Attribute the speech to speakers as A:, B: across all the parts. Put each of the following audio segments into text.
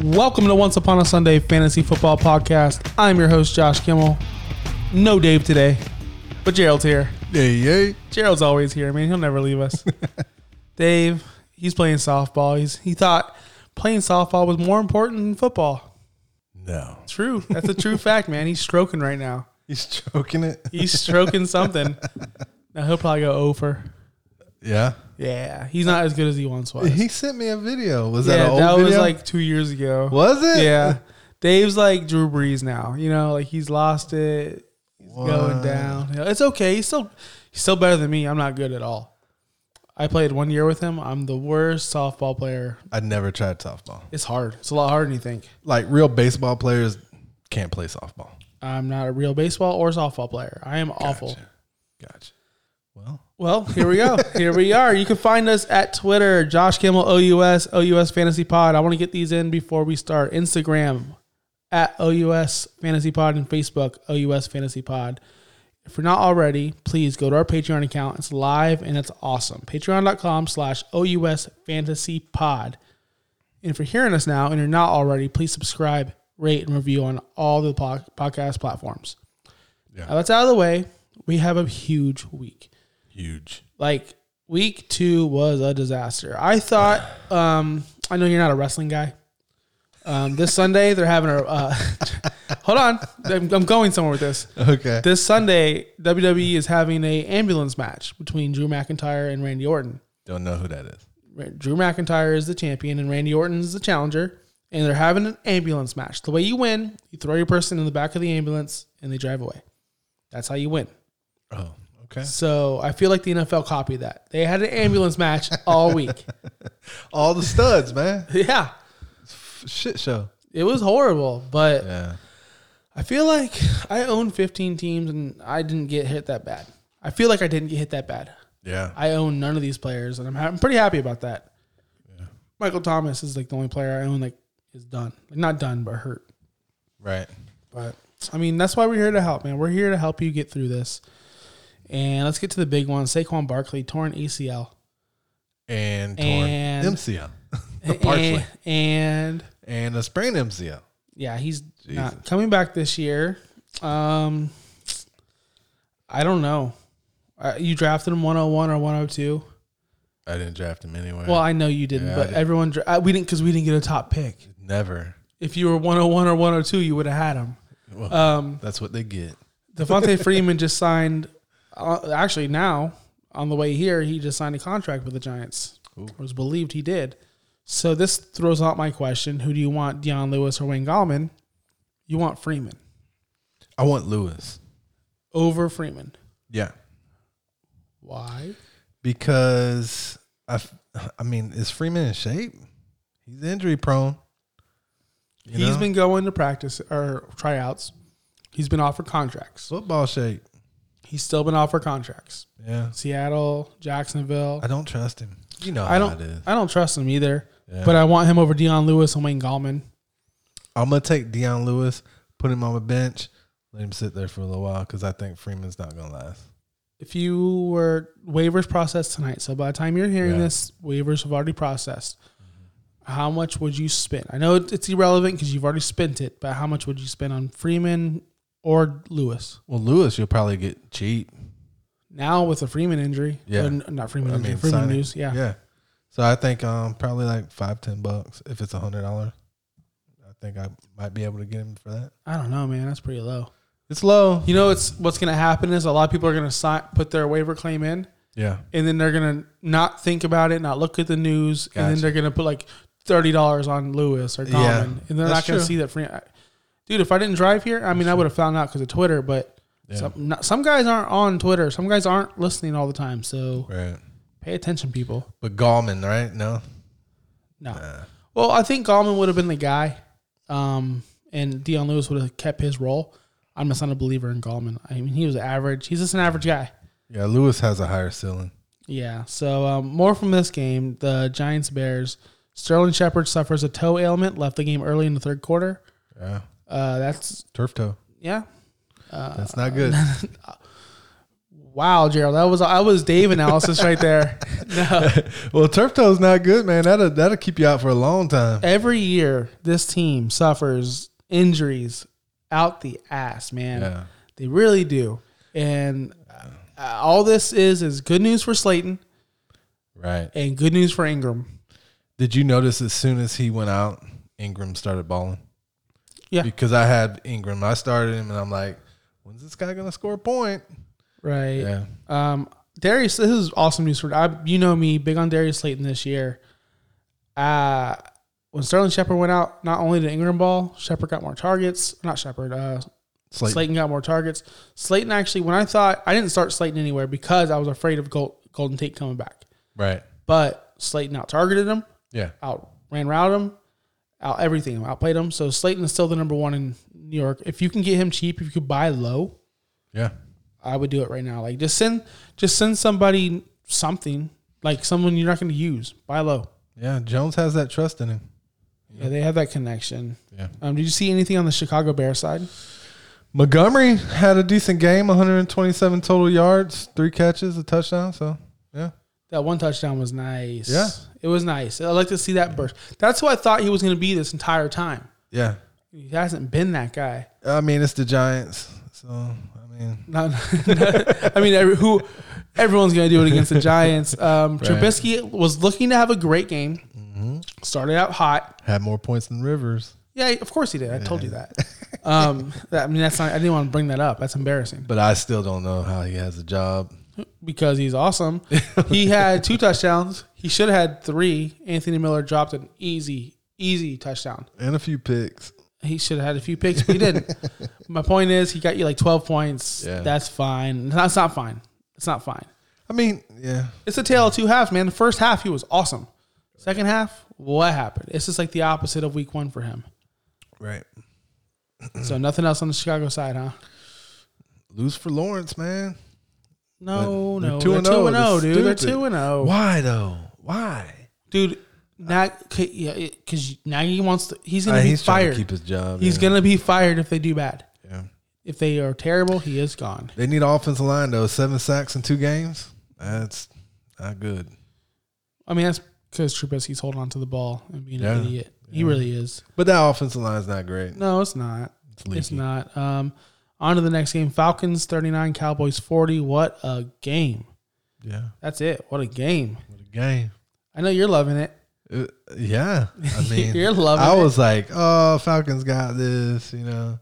A: Welcome to Once Upon a Sunday Fantasy Football Podcast. I'm your host, Josh Kimmel. No Dave today, but Gerald's here.
B: Yeah, yeah.
A: Gerald's always here, man. He'll never leave us. Dave, he's playing softball. He's, he thought playing softball was more important than football.
B: No.
A: True. That's a true fact, man. He's stroking right now.
B: He's choking it.
A: He's stroking something. Now he'll probably go over.
B: Yeah.
A: Yeah, he's not as good as he once was.
B: He sent me a video. Was that
A: yeah,
B: an old
A: that
B: video?
A: was like two years ago.
B: Was it?
A: Yeah. Dave's like Drew Brees now. You know, like he's lost it. He's going
B: What?
A: downhill. It's okay. He's still he's still better than me. I'm not good at all. I played one year with him. I'm the worst softball player.
B: I never tried softball.
A: It's hard. It's a lot harder than you think.
B: Like real baseball players can't play softball.
A: I'm not a real baseball or softball player. I am awful.
B: Gotcha. Gotcha. Well,
A: Well, here we go. here we are. You can find us at Twitter, Josh Kimmel, OUS, OUS Fantasy Pod. I want to get these in before we start. Instagram, at OUS Fantasy Pod, and Facebook, OUS Fantasy Pod. If you're not already, please go to our Patreon account. It's live and it's awesome. Patreon.com slash OUS Fantasy Pod. And if you're hearing us now and you're not already, please subscribe, rate, and review on all the po- podcast platforms.
B: Yeah.
A: Now that's out of the way. We have a huge week
B: huge.
A: like week two was a disaster. I thought, um, I know you're not a wrestling guy. Um, this Sunday they're having a. Uh, hold on, I'm, I'm going somewhere with this.
B: Okay.
A: This Sunday, WWE is having a ambulance match between Drew McIntyre and Randy Orton.
B: Don't know who that is.
A: Ra- Drew McIntyre is the champion and Randy Orton is the challenger, and they're having an ambulance match. The way you win, you throw your person in the back of the ambulance and they drive away. That's how you win.
B: Oh, okay.
A: So I feel like the NFL copied that. They had an ambulance match all week.
B: All the studs, man.
A: Yeah,
B: Shit show.
A: it was horrible. But
B: Yeah.
A: I feel like I own 15 teams and I didn't get hit that bad. I feel like I didn't get hit that bad.
B: Yeah.
A: I own none of these players, and I'm, ha- I'm pretty happy about that. Michael Thomas is like the only player I own like is done, not done, but hurt.
B: right.
A: But I mean, that's why we're here to help, man. We're here to help you get through this. And let's get to the big one: Saquon Barkley torn ACL.
B: And torn
A: And-
B: MCL. Partially.
A: And- and
B: And a sprained MCL.
A: yeah, he's not
B: Jesus.
A: coming back this year. Um, I don't know. Uh, you drafted him 101 or 102.
B: I didn't draft him anywhere.
A: Well, I know you didn't,
B: Yeah, I
A: but
B: did.
A: everyone dra- uh, we didn't because we didn't get a top pick.
B: never.
A: If you were 101 or 102, you would have had him.
B: That's what they get.
A: Devontae Freeman just signed. Uh, actually, now on the way here, he just signed a contract with the Giants. Or was believed he did. So this throws out my question: Who do you want, Deion Lewis or Wayne Gallman? You want Freeman
B: I want Lewis.
A: over Freeman.
B: Yeah.
A: Why?
B: because I, f- I mean, is Freeman in shape? He's injury prone.
A: He's
B: know?
A: been going to practice or tryouts. He's been offered contracts.
B: Football shape.
A: He's still been offered contracts.
B: Yeah,
A: Seattle, Jacksonville.
B: I don't trust him. You know how
A: I don't.
B: it is.
A: I don't trust him either.
B: Yeah.
A: But I want him over Deion Lewis and Wayne Gallman.
B: I'm gonna take Deion Lewis, put him on the bench, let him sit there for a little while because I think Freeman's not gonna last.
A: If you were waivers processed tonight, so by the time you're hearing
B: Yeah.
A: this, waivers have already processed. How much would you spend? I know it- it's irrelevant because you've already spent it, but how much would you spend on Freeman or Lewis?
B: Well, Lewis, you'll probably get cheap.
A: Now with the Freeman injury,
B: Yeah.
A: uh, n- not Freeman
B: I
A: injury,
B: mean,
A: Freeman
B: signing.
A: news, yeah.
B: yeah. So I think um probably like five ten bucks if it's a hundred dollars. I think I might be able to get him for that.
A: I don't know, man. That's pretty low.
B: It's low.
A: You know, it's what's going to happen is a lot of people are going to sign, put their waiver claim in,
B: Yeah.
A: and then they're going to not think about it, not look at the news, and
B: Gotcha.
A: then they're going to put like thirty dollars on Lewis or Gomman,
B: Yeah,
A: and they're not
B: that's
A: going to
B: true.
A: see that free. I- Dude, if I didn't drive here, I mean, I would have found out because of Twitter. But
B: Yeah.
A: some not, some guys aren't on Twitter. Some guys aren't listening all the time. So
B: Right.
A: pay attention, people.
B: But Gallman, right? No.
A: No. Well, I think Gallman would have been the guy, um, and Deion Lewis would have kept his role. I'm just not a believer in Gallman. I mean, he was average. He's just an average guy.
B: Yeah, Lewis has a higher ceiling.
A: Yeah. So um, more from this game, the Giants Bears. Sterling Shepard suffers a toe ailment, left the game early in the third quarter.
B: Yeah.
A: Uh, that's
B: Turf toe.
A: yeah.
B: That's not good.
A: Wow, Gerald, that was I was Dave analysis right there. No,
B: well, turf toe's not good, man. That'll that'll keep you out for a long time.
A: every year this team suffers injuries out the ass, man.
B: Yeah.
A: They really do. And uh, all this is is good news for Slayton
B: Right.
A: and good news for Ingram.
B: Did you notice as soon as he went out, Ingram started balling?
A: Yeah.
B: Because I had Ingram. I started him and I'm like, when's this guy gonna score a point?
A: Right.
B: Yeah.
A: Um, Darius, this is awesome news for I, you know me, big on Darius Slayton this year. Uh when Sterling Shepard went out, not only did Ingram ball, Shepard got more targets. Not Shepard, uh, Slayton.
B: Slayton.
A: got more targets. Slayton actually, when I thought I didn't start Slayton anywhere because I was afraid of Gold, Golden Tate coming back,
B: Right.
A: but Slayton out targeted him,
B: Yeah.
A: out ran route him, out everything, outplayed him. So Slayton is still the number one in New York. If you can get him cheap, if you could buy low,
B: Yeah.
A: I would do it right now. Like just send just send somebody something like someone you're not going to use. Buy low.
B: Yeah. Jones has that trust in him.
A: Yeah, they have that connection.
B: Yeah.
A: Um, did you see anything on the Chicago Bears side?
B: Montgomery had a decent game, 127 total yards, three catches, a touchdown. So yeah.
A: That one touchdown was nice.
B: Yeah.
A: it was nice. I like to see that burst. That's who I thought he was going to be this entire time.
B: Yeah.
A: He hasn't been that guy.
B: I mean, it's the Giants. So I mean
A: Not, I mean, every, who everyone's going to do it against the Giants. Um, Trubisky was looking to have a great game. Started out hot.
B: had more points than Rivers.
A: Yeah, of course he did. I told you that. Um, that- I mean, that's not. I didn't want to bring that up. That's embarrassing
B: But I still don't know how he has a job.
A: because he's awesome. He had two touchdowns. He should have had three. Anthony Miller dropped an easy, easy touchdown.
B: And a few picks.
A: He should have had a few picks, but he didn't. My point is, he got you like twelve points.
B: Yeah.
A: That's fine. That's not fine. It's not fine.
B: I mean, yeah.
A: It's a tale of two halves, man. The first half he was awesome. Second half, what happened? It's just like the opposite of week one for him.
B: Right.
A: So nothing else on the Chicago side, huh?
B: Lose for Lawrence, man.
A: No,
B: They're
A: no,
B: two
A: they're
B: and
A: two
B: oh.
A: and zero,
B: That's
A: dude. They're
B: stupid.
A: two and oh. zero.
B: Why though? Why?
A: dude. Not because now he wants to. He's
B: Uh,
A: gonna be
B: he's trying to
A: fired.
B: keep his job,
A: He's
B: yeah.
A: gonna be fired if they do bad.
B: Yeah.
A: If they are terrible, he is gone.
B: They need an offensive line though. Seven sacks in two games. That's not good.
A: I mean, that's because Trubisky's holding on to the ball and being
B: Yeah.
A: an idiot. He really is.
B: But that offensive line's not great.
A: No, it's not. It's,
B: leaky.
A: not. Um, on to the next game. Falcons thirty nine, Cowboys forty. What a game!
B: Yeah.
A: That's it. What a game!
B: What a game.
A: I know you're loving it.
B: Uh, yeah. I mean,
A: You're loving
B: I
A: it.
B: was like, oh, Falcons got this, you know.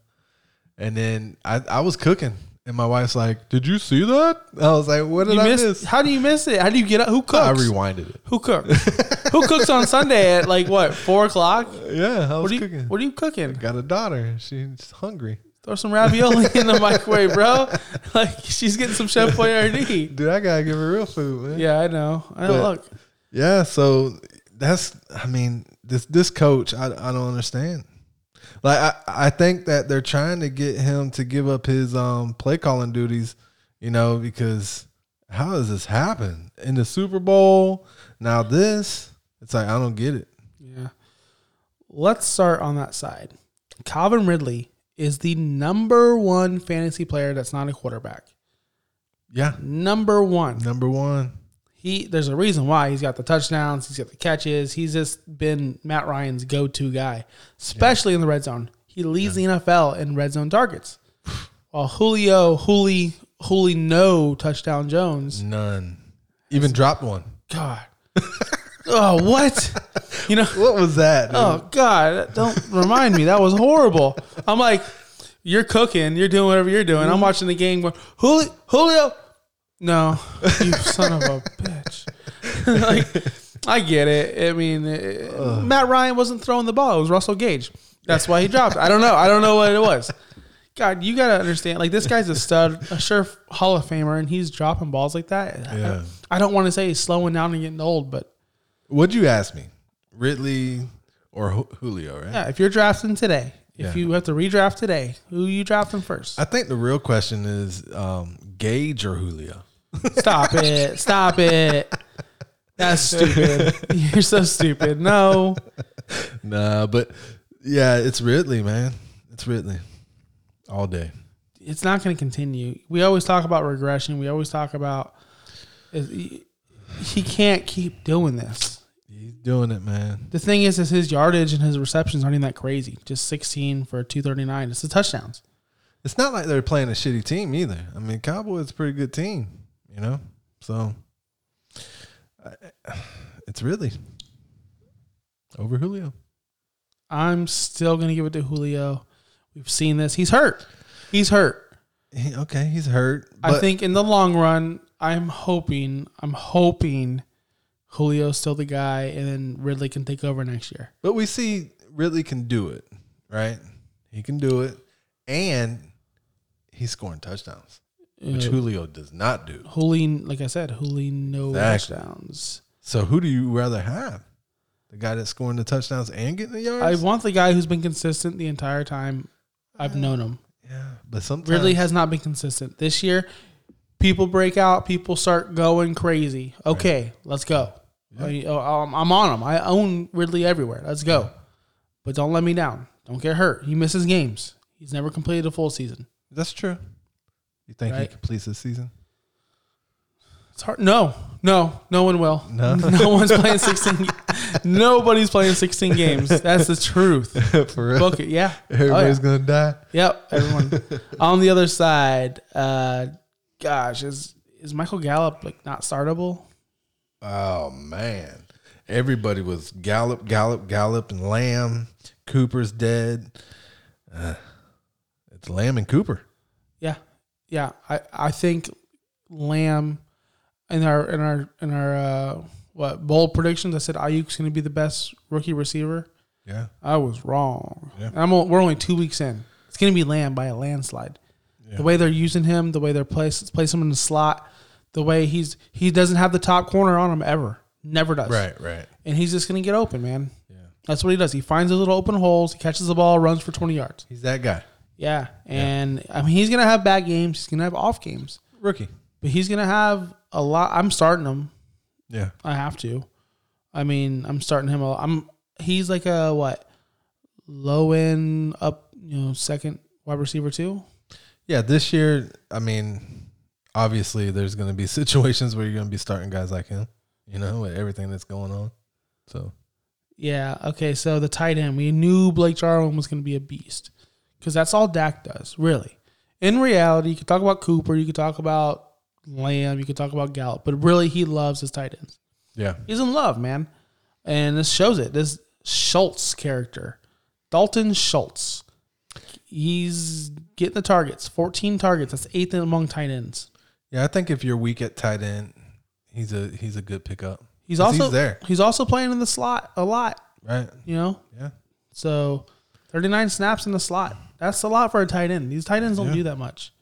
B: And then I, I was cooking, and my wife's like, did you see that? I was like, what did
A: You
B: I
A: missed,
B: miss?
A: How do you miss it? How do you get up? Who cooks?
B: I rewinded it.
A: Who cooks? Who cooks on Sunday at like what four o'clock?
B: Yeah, I was
A: What are you
B: cooking.
A: What are you cooking?
B: Got a daughter. She's hungry.
A: Throw some ravioli in the microwave, bro. Like she's getting some Chef Boyardee.
B: Dude, I gotta give her real food, man.
A: Yeah, I know. I know.
B: But-
A: Look,
B: Yeah, so that's I mean, this this coach, I I don't understand. Like I, I think that they're trying to get him to give up his um play calling duties, you know, because how does this happen? In the Super Bowl, now this, it's like I don't get it.
A: yeah. Let's start on that side. Calvin Ridley is the number one fantasy player that's not a quarterback.
B: Yeah.
A: Number one.
B: Number one.
A: He there's a reason why he's got the touchdowns, he's got the catches, he's just been Matt Ryan's go-to guy, especially in the red zone. He leads the NFL in red zone targets. While Julio, Huli, Huli, no touchdown Jones.
B: None. Even dropped one.
A: God. Oh, what? You know,
B: What was that? dude?
A: oh God, don't remind me. That was horrible. I'm like, you're cooking, you're doing whatever you're doing. I'm
B: Mm-hmm.
A: watching the game going, Julio, Julio. No, you son of a bitch. like, I get it. I mean, it- Matt Ryan wasn't throwing the ball. It was Russell Gage. That's why he dropped. I don't know. I don't know what it was. God, you gotta understand. Like this guy's a stud, a sure Hall of Famer, and he's dropping balls like that. I-
B: Yeah.
A: I don't want to say he's slowing down and getting old, but
B: What'd you ask me? Ridley or Ju- Julio, right?
A: Yeah, if you're drafting today, if
B: Yeah.
A: you have to redraft today, who you drafting first?
B: I think the real question is um, Gage or Julio.
A: Stop it. Stop it. That's stupid. You're so stupid. No.
B: Nah, but yeah, it's Ridley, man. It's Ridley all day.
A: it's not going to continue. We always talk about regression. We always talk about he he can't keep doing this.
B: He's doing it, man.
A: The thing is, is his yardage and his receptions aren't even that crazy. Just 16 for 239. It's the touchdowns.
B: It's not like they're playing a shitty team either. I mean, Cowboys a pretty good team, you know. So I- it's Ridley over Julio.
A: I'm still going to give it to Julio. We've seen this. He's hurt. He's hurt.
B: He- okay, he's hurt.
A: I
B: but-
A: think in the long run, I'm hoping, I'm hoping Julio's still the guy, and then Ridley can take over next year.
B: But we see Ridley can do it, right? He can do it, and he's scoring touchdowns, which Julio does not do.
A: Julio, like I said, Julio no
B: Exactly.
A: touchdowns.
B: So who do you rather have? The guy that's scoring the touchdowns and getting the
A: I
B: yards?
A: want the guy who's been consistent the entire time I've known him.
B: yeah, but sometimes
A: Ridley has not been consistent this year. People break out. People start going crazy. Okay, let's go. I, am I'm on him. I own Ridley everywhere. Let's go. But don't let me down. Don't get hurt. He misses games. He's never completed a full season.
B: that's true. You think he
A: Right.
B: completes this season?
A: It's hard. No, no, no one will. No, one's playing sixteen. Nobody's playing sixteen games. That's the truth.
B: For real,
A: Book it. Yeah. Oh, yeah.
B: everybody's gonna die.
A: Yep, everyone. On the other side, uh, gosh, is is Michael Gallup like not startable?
B: Oh man, everybody was Gallup, Gallup, Gallup, and Lamb. Cooper's dead. Uh, it's Lamb and Cooper.
A: Yeah, yeah. I I think Lamb in our in our in our uh, what bold predictions. I said Ayuk's going to be the best rookie receiver.
B: Yeah,
A: I was wrong.
B: Yeah.
A: And I'm o- we're only two weeks in. It's going to be Lamb by a landslide. The way they're using him, the way they're place place him in the slot, the way he's he doesn't have the top corner on him ever. Never does.
B: right, right.
A: and he's just going to get open, man. Yeah. That's what he does. He finds those little open holes, he catches the ball, runs for 20 yards.
B: He's that guy.
A: Yeah. And I mean, he's going to have bad games, he's going to have off games,
B: Rookie.
A: but he's going to have a lot. I'm starting him.
B: Yeah.
A: I have to. I mean, I'm starting him. A, I'm he's like a what? Low end up, you know, second wide receiver too.
B: Yeah, this year, I mean, obviously there's going to be situations where you're going to be starting guys like him, you know, with everything that's going on. So,
A: Yeah. Okay. So the tight end, we knew Blake Jarwin was going to be a beast because that's all Dak does, really. In reality, you could talk about Cooper, you could talk about Lamb, you could talk about Gallup, but really, he loves his tight ends.
B: yeah.
A: He's in love, man, and this shows it. This Schultz character, Dalton Schultz, he's getting the targets. Fourteen targets. That's eighth among tight ends.
B: Yeah, I think if you're weak at tight end, he's a he's a good pickup.
A: He's
B: 'Cause
A: also
B: he's there,
A: He's also playing in the slot a lot.
B: right?
A: You know,
B: Yeah.
A: So 39 snaps in the slot. That's a lot for a tight end. These tight ends don't
B: Yeah.
A: do that much.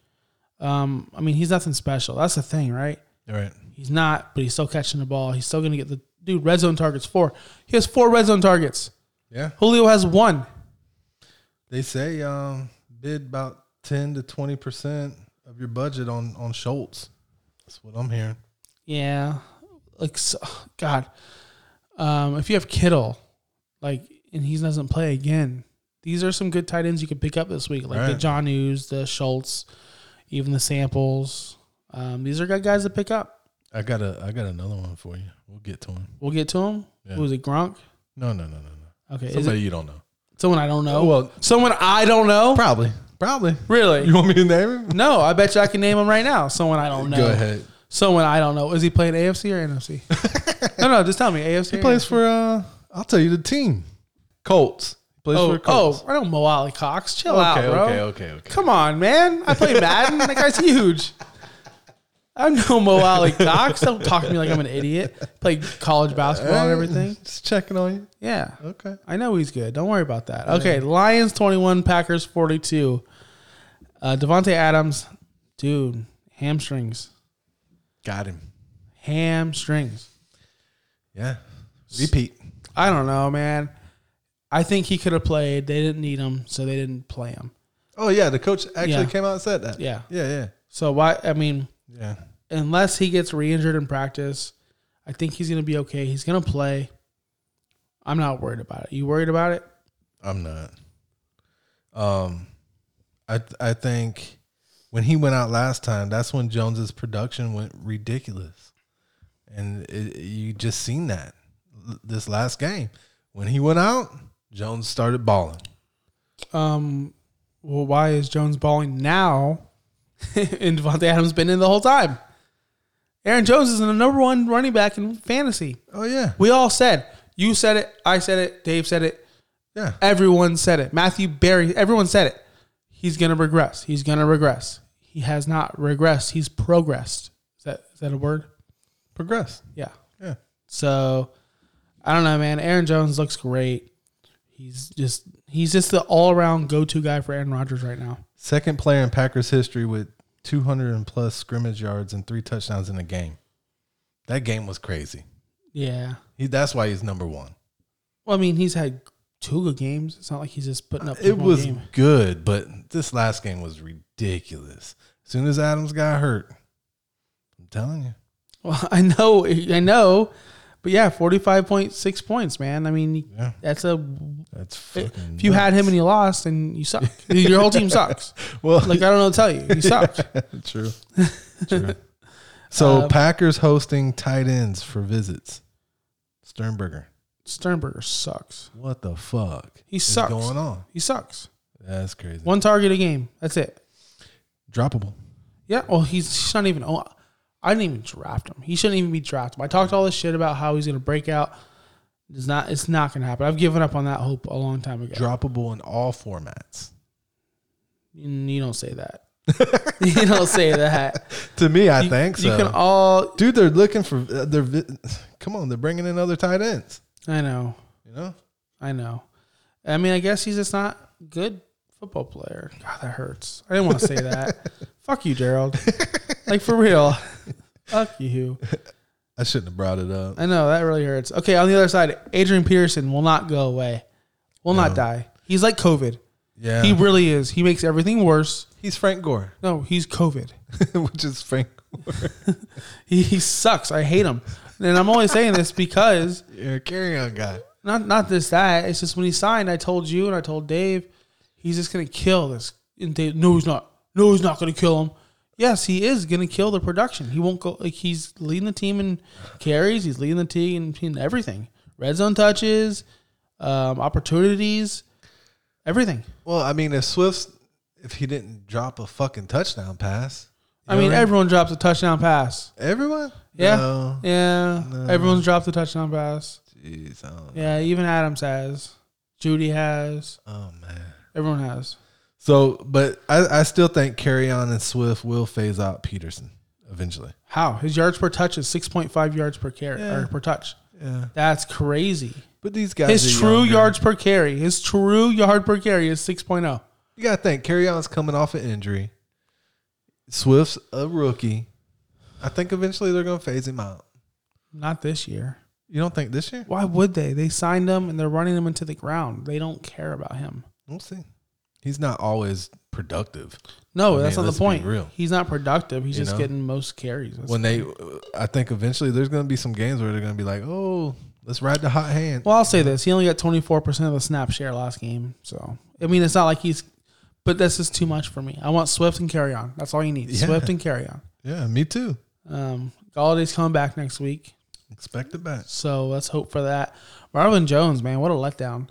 A: Um, I mean, he's nothing special. That's the thing, right?
B: All right.
A: He's not, but he's still catching the ball. He's still going to get the dude red zone targets four. He has four red zone targets.
B: Yeah.
A: Julio has one.
B: They say um bid about 10 to 20% of your budget on on Schultz. That's what I'm hearing.
A: Yeah. Like, so, God, um, if you have Kittle, like, and he doesn't play again, these are some good tight ends you could pick up this week, like the
B: Right.
A: John Hughes, the Schultz, even the Samples. Um, these are good guys to pick up.
B: I got a I got another one for you. We'll get to him.
A: We'll get to him.
B: Yeah.
A: Who is it? Gronk.
B: No, no, no, no, no.
A: Okay, is
B: Somebody
A: it
B: you don't know.
A: someone I don't know?
B: Well-
A: someone I don't know.
B: Probably. Probably.
A: Really?
B: You want me to name him?
A: No, I bet you I can name him right now. Someone I don't know.
B: Go ahead.
A: Someone I don't know. Is he playing AFC or NFC? no, no, just tell me. AFC.
B: He plays for uh I'll tell you the team. Colts. He plays
A: Oh,
B: for Colts.
A: oh, I don't Mo Ali Cox. Chill out,
B: okay,
A: bro.
B: okay, okay, okay.
A: Come on, man. I play Madden. that guy's huge. I'm no Mo Ali Cox. Don't talk to me like I'm an idiot. Play college basketball and everything.
B: Just checking on you.
A: Yeah.
B: Eh. Okay.
A: I know he's good. Don't worry about that. Okay. Lions 21, Packers 42. Uh, Devontae Adams, dude, hamstrings.
B: Got him.
A: Hamstrings.
B: Yeah. Repeat.
A: I don't know, man. I think he could have played. They didn't need him, so they didn't play him.
B: Oh yeah, the coach actually
A: Yeah.
B: came out and said that.
A: Yeah.
B: Yeah, yeah.
A: So why? I mean,
B: Yeah.
A: unless he gets re-injured in practice, I think he's gonna be okay. He's gonna play. I'm not worried about it. You worried about it?
B: I'm not. Um I th- I think when he went out last time, that's when Jones's production went ridiculous. And it, you just seen that l- this last game. When he went out, Jones started balling.
A: Um, well, why is Jones balling now? and Devontae Adams been in the whole time. Aaron Jones is the number one running back in fantasy.
B: Oh yeah.
A: We all said. You said it. I said it. Dave said it.
B: Yeah.
A: Everyone said it. Matthew Barry, everyone said it. He's going to regress. He's going to regress. He has not regressed. He's progressed. Is that is that a word?
B: Progress.
A: Yeah.
B: Yeah.
A: So I don't know, man. Aaron Jones looks great. He's just he's just the all-around go-to guy for Aaron Rodgers right now.
B: Second player in Packers history with 200 and plus scrimmage yards and three touchdowns in a game. That game was crazy.
A: Yeah.
B: He, that's why he's number one.
A: Well, I mean, he's had two good games. It's not like he's just putting up
B: It
A: one
B: was
A: game.
B: good, but this last game was ridiculous. As soon as Adams got hurt, I'm telling you.
A: Well, I know, I know, but yeah, forty-five point six points, man. I mean,
B: Yeah.
A: that's a.
B: That's fucking
A: If you had him and you lost, and you suck, your whole team sucks.
B: well,
A: Like I don't know, what to tell you, you suck.
B: true, true. So
A: Um,
B: Packers hosting tight ends for visits. Sternberger,
A: Sternberger sucks.
B: what the fuck?
A: He
B: is
A: sucks.
B: Going on.
A: He sucks.
B: That's crazy.
A: One target a game. That's it.
B: Droppable.
A: Yeah. Well, he's, he's not even. Oh, I didn't even draft him. He shouldn't even be drafted. I talked all this shit about how he's going to break out. It's not. It's not going to happen. I've given up on that hope a long time ago.
B: Droppable in all formats.
A: Mm, You don't say that. you don't say that.
B: To me, I
A: you,
B: think so.
A: You can all.
B: Dude, they're looking for uh, they're vi- come on, they're bringing in other tight ends,
A: I know.
B: you know?
A: I know. I mean, I guess he's just not a good football player. God, that hurts. I didn't want to say that. Fuck you, Gerald. like for real. Fuck you.
B: I shouldn't have brought it up.
A: I know that really hurts. Okay, on the other side, Adrian Peterson will not go away. Will not die. He's like COVID.
B: Yeah.
A: He really is. He makes everything worse.
B: he's Frank Gore,
A: No, he's COVID.
B: which is Frank Gore.
A: He, he sucks. I hate him. And I'm only saying this because
B: You're a carry on guy.
A: not not this that. It's just when he signed, I told you and I told Dave, he's just gonna kill this. And Dave, no, he's not. No, he's not gonna kill him. Yes, he is gonna kill the production. He won't go. Like he's leading the team in carries. He's leading the team in everything. Red zone touches, um, opportunities, everything.
B: Well, I mean, if Swift's if he didn't drop a fucking touchdown pass,
A: I mean, everyone drops a touchdown pass.
B: everyone?
A: Yeah,
B: No.
A: yeah. Everyone's dropped a touchdown pass.
B: Jeez, I don't know.
A: Yeah, even Adams has. Judy has.
B: Oh man.
A: Everyone has.
B: So, but I, I still think carry on and Swift will phase out Peterson eventually.
A: How his yards per touch is six point five yards per carry or per touch.
B: Yeah.
A: That's crazy.
B: But these guys
A: His
B: are
A: true
B: younger.
A: yards per carry, his true yard per carry is oh. 6.0.
B: You gotta think, carry on's coming off an injury. Swift's a rookie. I think eventually they're gonna phase him out.
A: Not this year.
B: You don't think this year?
A: Why would they? They signed him and they're running him into the ground. They don't care about him.
B: We'll see. He's not always productive.
A: No,
B: I
A: that's
B: mean,
A: not
B: let's
A: the
B: be
A: point.
B: real.
A: He's not productive. He's
B: You
A: just
B: know?
A: getting most carries. That's-
B: When they, I think eventually there's gonna be some games where they're gonna be like, oh, let's ride the hot hand.
A: well, I'll say this. He only got 24% of the snap share last game. So, I mean, it's not like he's, but that's just too much for me. I want Swift and carry on. That's all you need.
B: Yeah.
A: Swift and carry on.
B: yeah, me too.
A: Um, Galladay's coming back next week.
B: Expect it back.
A: So let's hope for that. Marvin Jones, man, what a letdown.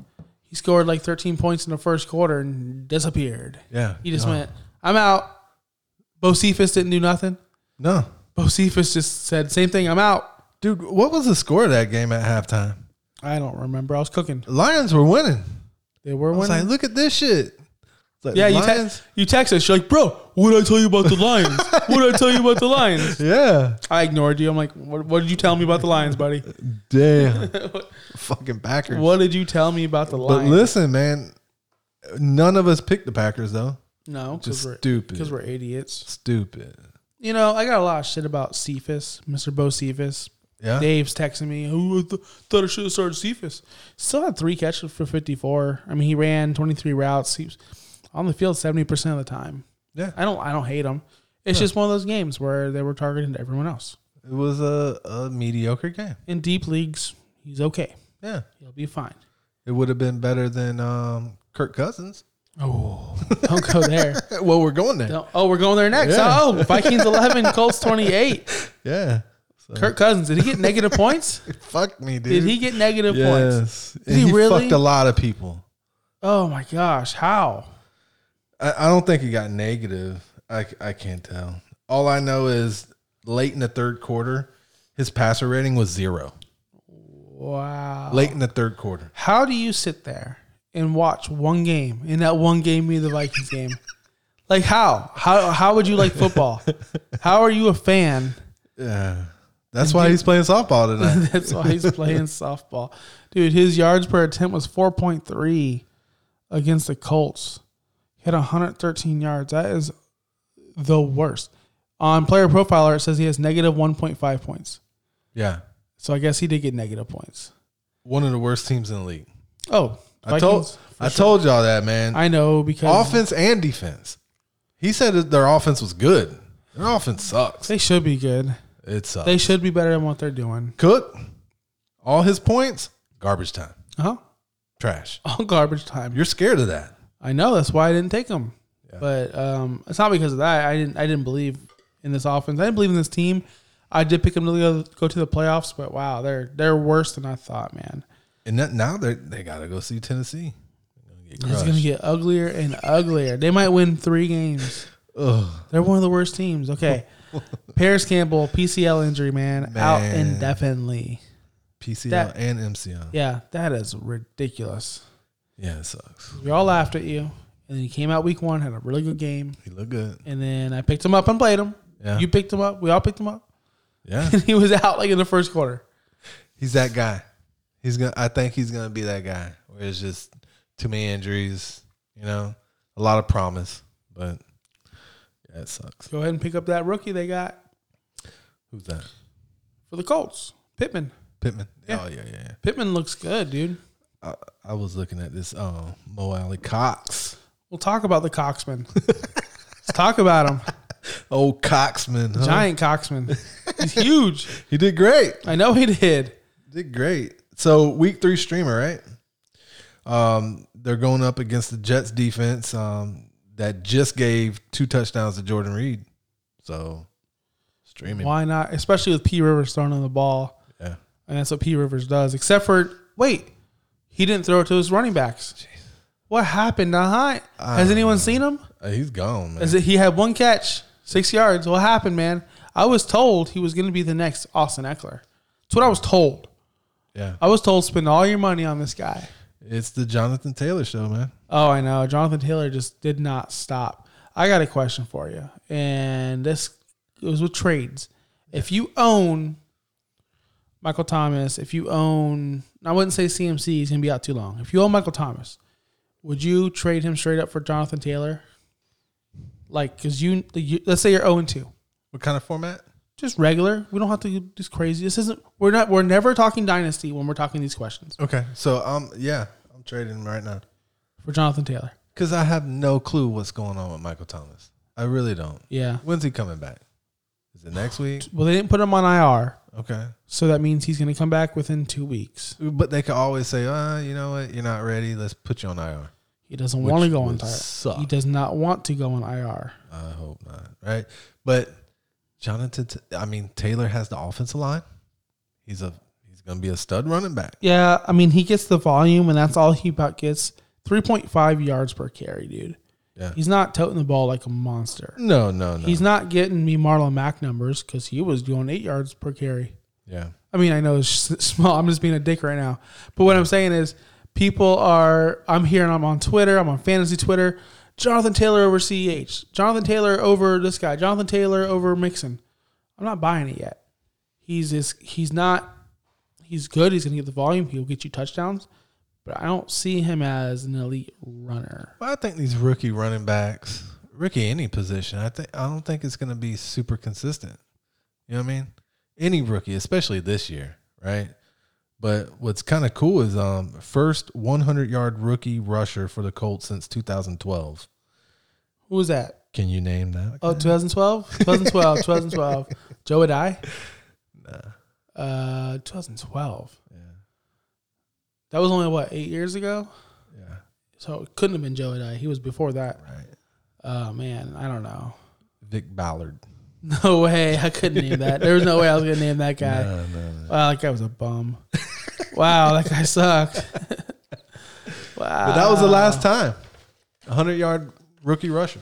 A: He scored like 13 points in the first quarter and disappeared.
B: Yeah, Uh-huh.
A: He just
B: no.
A: went, I'm out. Bocephus didn't do nothing.
B: No,
A: Bocephus just said, same thing, I'm out.
B: Dude, what was the score of that game at halftime?
A: I don't remember. I was cooking.
B: Lions were winning.
A: They were
B: I was
A: winning.
B: like, look at this shit. It's like,
A: yeah, you,
B: Lions.
A: text you text us. You're like, bro, what did I tell you about the Lions? what did I tell you about the Lions?
B: yeah.
A: I ignored you. I'm like, what, what did you tell me about the Lions, buddy?
B: Damn. Fucking Packers.
A: What did you tell me about the
B: But
A: Lions?
B: listen, man, none of us picked the Packers though.
A: no,
B: Just
A: we're,
B: stupid.
A: Because we're idiots.
B: Stupid.
A: You know, I got a lot of shit about Cephas, Mr. Bo Cephas.
B: Yeah.
A: Dave's texting me. Who th- thought I should have started Cephas? Still had three catches for 54. I mean, he ran 23 routes. He was on the field 70 percent of the time.
B: Yeah.
A: I don't. I don't hate him. It's just one of those games where they were targeting everyone else.
B: It was a, a mediocre game.
A: In deep leagues, he's okay.
B: Yeah.
A: He'll be fine.
B: It would have been better than um, Kirk Cousins.
A: Oh, don't go there.
B: Well, we're going there.
A: Don't- oh, we're going there next.
B: Yeah.
A: Oh, Vikings 11, Colts 28.
B: Yeah. So,
A: Kirk Cousins, did he get negative points?
B: fuck me, dude.
A: Did he get negative points?
B: Yes. And
A: he
B: he
A: really?
B: fucked a lot of people.
A: Oh my gosh, how?
B: I, I don't think he got negative. I, I can't tell. All I know is late in the third quarter, his passer rating was zero.
A: Wow.
B: Late in the third quarter.
A: How do you sit there and watch one game and that one game be the Vikings game? Like how? How how would you like football? How are you a fan?
B: Yeah. That's why he's playing softball tonight.
A: That's why he's playing softball. Dude, his yards per attempt was 4.3 against the Colts. He had 113 yards. That is the worst. On player profiler, it says he has negative 1.5 points.
B: yeah.
A: So I guess he did get negative points.
B: One of the worst teams in the league.
A: Oh,
B: I told
A: Vikings.
B: I told y'all that, man.
A: I know because
B: offense and defense. He said that their offense was good. Their offense sucks.
A: they should be good.
B: It sucks.
A: They should be better than what they're doing.
B: Cook, all his points, garbage time.
A: Uh huh.
B: Trash.
A: All garbage time.
B: You're scared of that.
A: I know that's why I didn't take him. But um, it's not because of that. I didn't. I didn't believe in this offense. I didn't believe in this team. I did pick them to go- go to the playoffs, but wow, they're they're worse than I thought, man.
B: And that, now they they gotta go see Tennessee. They're gonna
A: It's
B: get
A: gonna
B: crushed.
A: get uglier and uglier. They might win three games. They're one of the worst teams. Okay, Paris Campbell PCL injury, man, out
B: Man.
A: indefinitely.
B: PCL
A: that-
B: and MCL. Yeah.
A: Yeah, that is ridiculous.
B: it sucks.
A: We all laughed at you, and then you came out week one, had a really good game,
B: He looked good.
A: and then I picked him up and played him.
B: Yeah.
A: You picked him up. We all picked him up.
B: Yeah.
A: he was out like in the first quarter.
B: he's that guy. He's gonna I think he's gonna be that guy. Where it's just too many injuries, you know, a lot of promise. But yeah, it sucks.
A: Go ahead and pick up that rookie they got
B: Who's that?
A: for the Colts, Pittman.
B: Pittman. Oh yeah, yeah, yeah.
A: Pittman looks good, dude.
B: I, I was looking at this um Mo Alley Cox.
A: We'll talk about the Coxman. Let's talk about him.
B: Old Coxman. Huh?
A: Giant Coxman. He's huge.
B: He did great.
A: I know he did.
B: Did great. So week three streamer, right? Um, they're going up against the Jets defense um, that just gave two touchdowns to Jordan Reed. So streaming,
A: Why not? Especially with P Rivers throwing on the ball,
B: yeah,
A: and that's what P Rivers does. Except for wait, he didn't throw it to his running backs. What happened? Nah, has anyone seen him?
B: Uh, he's gone, man.
A: Is it, he had one catch, six yards. What happened, man? I was told he was going to be the next Austin Eckler. That's what I was told.
B: yeah,
A: I was told spend all your money on this guy.
B: it's the Jonathan Taylor show, man.
A: Oh, I know. Jonathan Taylor just did not stop. I got a question for you, and this it was with trades. If you own Michael Thomas, if you own, I wouldn't say CMC he's going to be out too long. If you own Michael Thomas, would you trade him straight up for Jonathan Taylor? Like, because you, you, let's say you're 0 2
B: What kind of format?
A: just regular. We don't have to do this crazy. This isn't. We're not. We're never talking dynasty when we're talking these questions
B: Okay, so um, yeah, I'm trading him right now
A: for Jonathan Taylor.
B: because I have no clue what's going on with Michael Thomas. I really don't.
A: Yeah.
B: When's he coming back? Is it next week?
A: Well, they didn't put him on IR,
B: Okay.
A: so that means he's going to come back within two weeks.
B: But they could always say, uh, you know what, you're not ready. Let's put you on IR.
A: He doesn't
B: Which
A: want to go on
B: would
A: IR.
B: suck.
A: He does not want to go on IR.
B: I hope not. Right. But Jonathan, T- I mean, Taylor has the offensive line. He's a he's gonna be a stud running back.
A: Yeah, I mean he gets the volume, and that's all he about gets. Three point five yards per carry, dude.
B: Yeah.
A: He's not toting the ball like a monster.
B: No, no, no.
A: He's not getting me Marlon Mack numbers because he was doing eight yards per carry.
B: Yeah.
A: I mean, I know it's s- small. I'm just being a dick right now. But what I'm saying is, people are. I'm here and I'm on Twitter. I'm on fantasy Twitter. Jonathan Taylor over CEH. Jonathan Taylor over this guy. Jonathan Taylor over Mixon. I'm not buying it yet. He's this. He's not. He's good. He's going to get the volume. He'll get you touchdowns. But I don't see him as an elite runner.
B: Well, I think these rookie running backs, rookie any position, I think I don't think it's going to be super consistent. You know what I mean? Any rookie, especially this year, right? But what's kind of cool is um first 100 yard rookie rusher for the Colts since 2012.
A: Who was that?
B: Can you name that?
A: Oh, 2012? 2012, 2012. Joe would I? Nah. Uh, 2012. Yeah. That was only, what, eight years ago?
B: Yeah.
A: So it couldn't have been Joe would I. He was before that.
B: Right.
A: Oh, man. I don't know.
B: Vic Ballard.
A: No way. I couldn't name that. There was no way I was going to name that guy.
B: No, no, no.
A: Wow, that guy was a bum. wow, that guy sucked.
B: But that was the
A: Ah.
B: last time. 100 yard rookie rusher.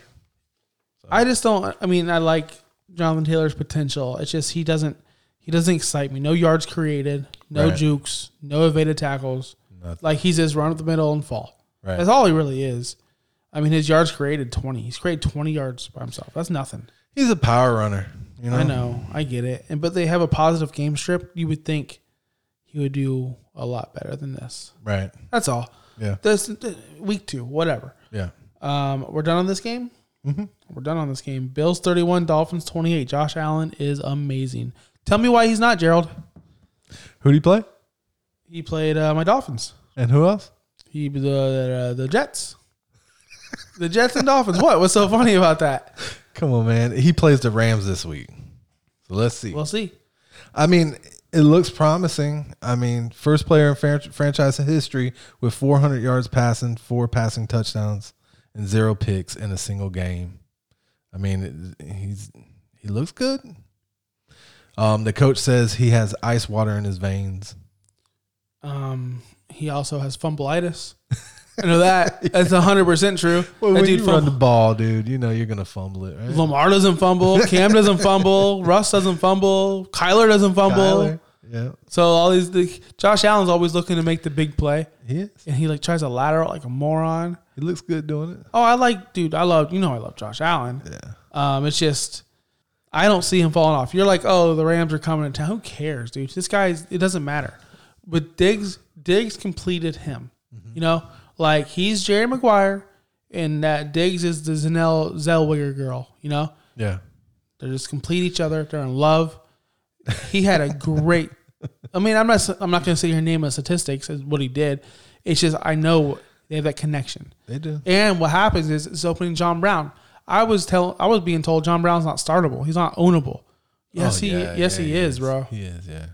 A: I just don't. I mean, I like Jonathan Taylor's potential. It's just he doesn't. He doesn't excite me. No yards created. No
B: Right.
A: jukes. No evaded tackles.
B: Nothing.
A: Like he's just run up the middle and fall.
B: Right.
A: That's all he really is. I mean, his yards created twenty. He's created twenty yards by himself. That's nothing.
B: He's a power runner, you know.
A: I know. I get it. And but they have a positive game strip. You would think he would do a lot better than this.
B: Right.
A: That's all.
B: Yeah.
A: This week two, whatever.
B: Yeah.
A: Um, we're done on this game. We're done on this game. Bills thirty-one, Dolphins twenty-eight. Josh Allen is amazing. Tell me why he's not Gerald.
B: Who do you play?
A: He played uh, my Dolphins.
B: And who else?
A: He the uh, the Jets, the Jets and Dolphins. What? What's so funny about that?
B: Come on, man. He plays the Rams this week. So let's see.
A: We'll see.
B: I mean, it looks promising. I mean, first player in fran- franchise history with 400 yards passing, four passing touchdowns, and zero picks in a single game. I mean, it- he's he looks good. Um, the coach says he has ice water in his veins.
A: Um, he also has fumbleitis. I know that. That's hundred percent true.
B: Well,
A: that
B: when you run
A: fumble-
B: the ball, dude, you know you're gonna fumble it, right?
A: Lamar doesn't fumble. Cam doesn't fumble. Russ doesn't fumble. Kyler doesn't fumble.
B: Tyler. Yeah,
A: So all these, the, Josh Allen's always looking to make the big play.
B: he is.
A: and he like tries a lateral like a moron.
B: He looks good doing it.
A: Oh, I like, dude, I love, you know, I love Josh Allen. Yeah. Um, it's just, I don't see him falling off. You're like, oh, the Rams are coming to town. Who cares, dude? This guy's, it doesn't matter. But Diggs, Diggs completed him. You know, like he's Jerry Maguire, and that Diggs is the Zanelle Zellweger girl. You know,
B: Yeah,
A: they just complete each other. They're in love. He had a great. I mean, I'm not. I'm not going to say your name of statistics is what he did. It's just I know they have that connection.
B: they do.
A: And what happens is it's opening John Brown. I was tell. I was being told John Brown's not startable. He's not ownable. Yes,
B: Oh,
A: he.
B: yeah,
A: yes,
B: yeah,
A: he is, bro.
B: He is. Yeah.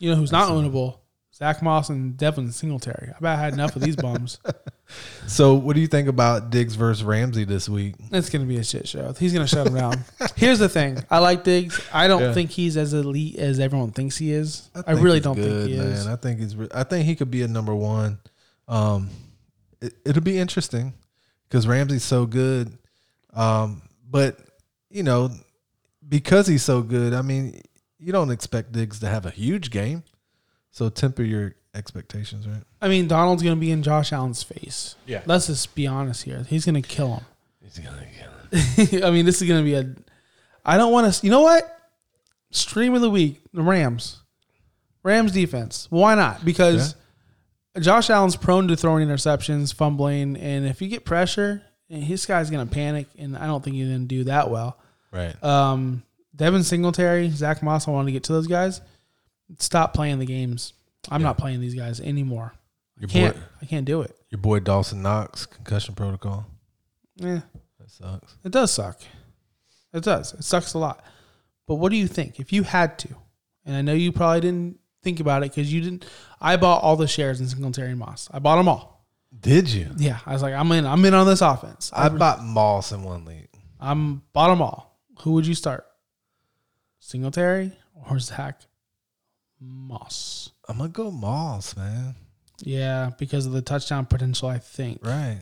A: You know who's not ownable? Zach Moss and Devin Singletary. I bet I had enough of these bums.
B: So, what do you think about Diggs versus Ramsey this week?
A: It's gonna be a shit show. He's gonna shut him down. Here's the thing: I like Diggs. I don't
B: Yeah.
A: think he's as elite as everyone thinks he is. I,
B: think
A: really
B: he's
A: don't
B: good,
A: think he is.
B: I think he's. re- I think he could be a number one. Um, it, it'll be interesting because Ramsey's so good. Um, but you know, because he's so good, I mean, you don't expect Diggs to have a huge game. So temper your expectations, right?
A: I mean, Donald's gonna be in Josh Allen's face.
B: Yeah.
A: Let's just be honest here. He's gonna kill him. He's gonna kill him. I mean, this is gonna be a. I don't want to. You know what? Stream of the week: the Rams. Rams defense. Why not? Because Josh Allen's prone to throwing interceptions, fumbling, and if you get pressure, and this guy's gonna panic, and I don't think he's gonna do that well.
B: Right.
A: Um, Devin Singletary, Zach Moss. I wanted to get to those guys. Stop playing the games. I'm not playing these guys anymore. I
B: your
A: can't.
B: boy,
A: I can't do it.
B: your boy Dawson Knox concussion protocol.
A: Yeah,
B: That sucks.
A: it does suck. It does. It sucks a lot. But what do you think if you had to? And I know you probably didn't think about it because you didn't. I bought all the shares in Singletary and Moss. I bought them all.
B: Did you?
A: Yeah, I was like, I'm in. I'm in on this offense.
B: I
A: I,
B: bought Moss in one league.
A: I'm bought them all. Who would you start? Singletary or Zach Moss?
B: I'm gonna go Moss, man.
A: Yeah, because of the touchdown potential, I think.
B: Right.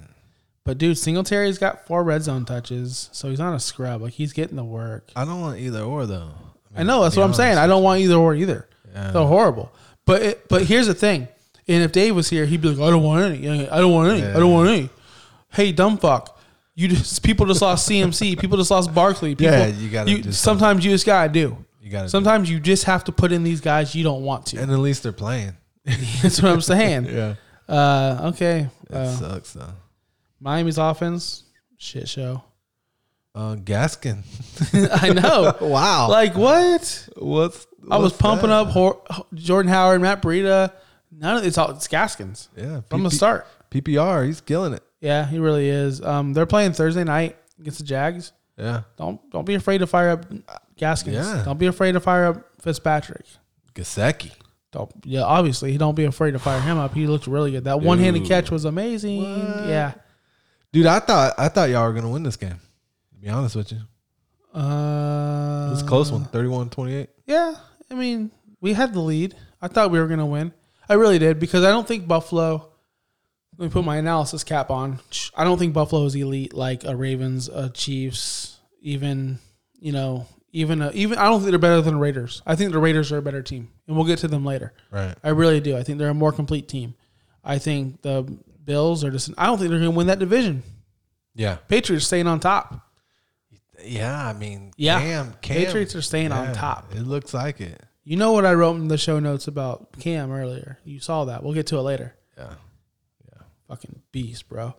A: But dude, Singletary's got four red zone touches, so he's not a scrub. Like he's getting the work.
B: I don't want either or though.
A: I know that's what I'm saying. I don't want either or either. They're horrible. But it, but here's the thing. And if Dave was here, he'd be like, I don't want any. I don't want any. I don't want any. Hey, dumb fuck. You just people just lost CMC. People just lost Barkley. People,
B: Yeah, you gotta do something.
A: sometimes you just gotta do.
B: You gotta do
A: Sometimes you just have to put in these guys you don't want to.
B: And at least they're playing.
A: That's what I'm saying.
B: Yeah.
A: Uh, okay.
B: It
A: Uh,
B: sucks though.
A: Miami's offense, shit show.
B: Uh, Gaskin.
A: I know.
B: Wow.
A: Like what?
B: What's,
A: I was
B: what's
A: pumping
B: that?
A: up Hor- Jordan Howard, Matt Breida. None of it's all it's Gaskins.
B: Yeah.
A: From the
B: PP
A: start.
B: PPR. He's killing it.
A: Yeah, he really is. Um, they're playing Thursday night against the Jags.
B: Yeah.
A: Don't don't be afraid to fire up Gaskins.
B: Yeah.
A: Don't be afraid to fire up Fitzpatrick.
B: Gasecki.
A: Don't yeah, obviously he don't be afraid to fire him up. He looked really good. That one handed
B: Dude.
A: catch was amazing. Yeah.
B: Dude, I thought I thought y'all were gonna win this game. To be honest with you,
A: Uh
B: it was a close one, 31-28.
A: Yeah, I mean, we had the lead. I thought we were going to win. I really did because I don't think Buffalo. Let me put my analysis cap on. I don't think Buffalo is elite like a Ravens, a Chiefs, even you know, even a, even I don't think they're better than the Raiders. I think the Raiders are a better team, and we'll get to them later.
B: Right.
A: I really do. I think they're a more complete team. I think the Bills are just. I don't think they're going to win that division.
B: Yeah.
A: Patriots staying on top.
B: Yeah. I mean,
A: Yeah.
B: Cam, Cam,
A: Patriots are staying on
B: Yeah,
A: top.
B: It looks like it.
A: You know what I wrote in the show notes about Cam earlier. You saw that. We'll get to it later.
B: Yeah.
A: Fucking beast, bro.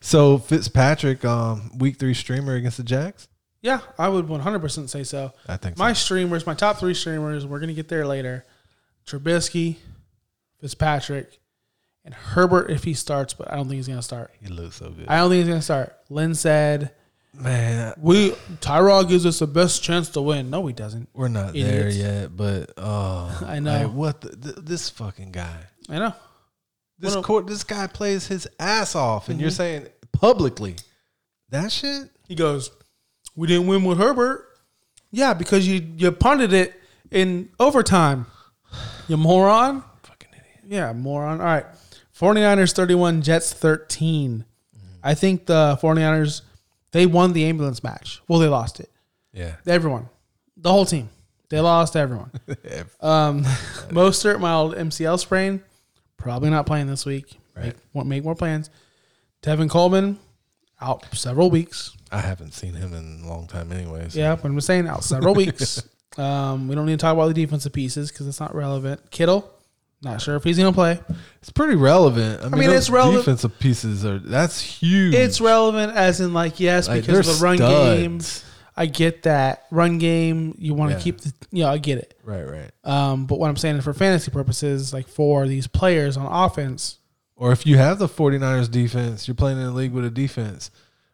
B: So Fitzpatrick, um, week three streamer against the Jags.
A: Yeah, I would 100% say so.
B: I think so.
A: My streamers, my top three streamers, we're going to get there later. Trubisky, Fitzpatrick, and Herbert if he starts, but I don't think he's going to start.
B: He looks so good,
A: I don't think he's going to start. Lynn said,
B: man.
A: "We Tyrod gives us the best chance to win." No, he doesn't.
B: We're not
A: Idiots.
B: there yet, but oh,
A: I know.
B: like, what the, th- this fucking guy.
A: I know. Well, Mm-hmm.
B: This
A: no.
B: court, this guy plays his ass off, and you're saying publicly that shit.
A: He goes, "We didn't win with Herbert." Yeah, because you you punted it in overtime. You moron.
B: Fucking idiot.
A: Yeah, moron. All right. 49ers 31, Jets 13. I think the 49ers they won the ambulance match. Well, they lost it.
B: Yeah.
A: Everyone. The whole team. They lost everyone. um Mostert mild MCL sprain. Probably not playing this week. Make, won't make more plans. Tevin Coleman out several weeks.
B: I haven't seen him in a long time, anyways.
A: Yeah, but I'm saying out several weeks. Um, we don't need to talk about the defensive pieces because it's not relevant. Kittle, not sure if he's going to play.
B: It's pretty relevant. I mean,
A: mean,
B: those
A: it's relevant-
B: Defensive pieces are that's huge.
A: It's relevant as in like yes
B: Like,
A: because of the
B: they're
A: run game.
B: studs.
A: I get that run game. You want to
B: Yeah.
A: keep the you know I get it.
B: right, right.
A: Um, but what I'm saying is for fantasy purposes, like for these players on offense,
B: Or if you have the 49ers defense, you're playing in a league with a defense.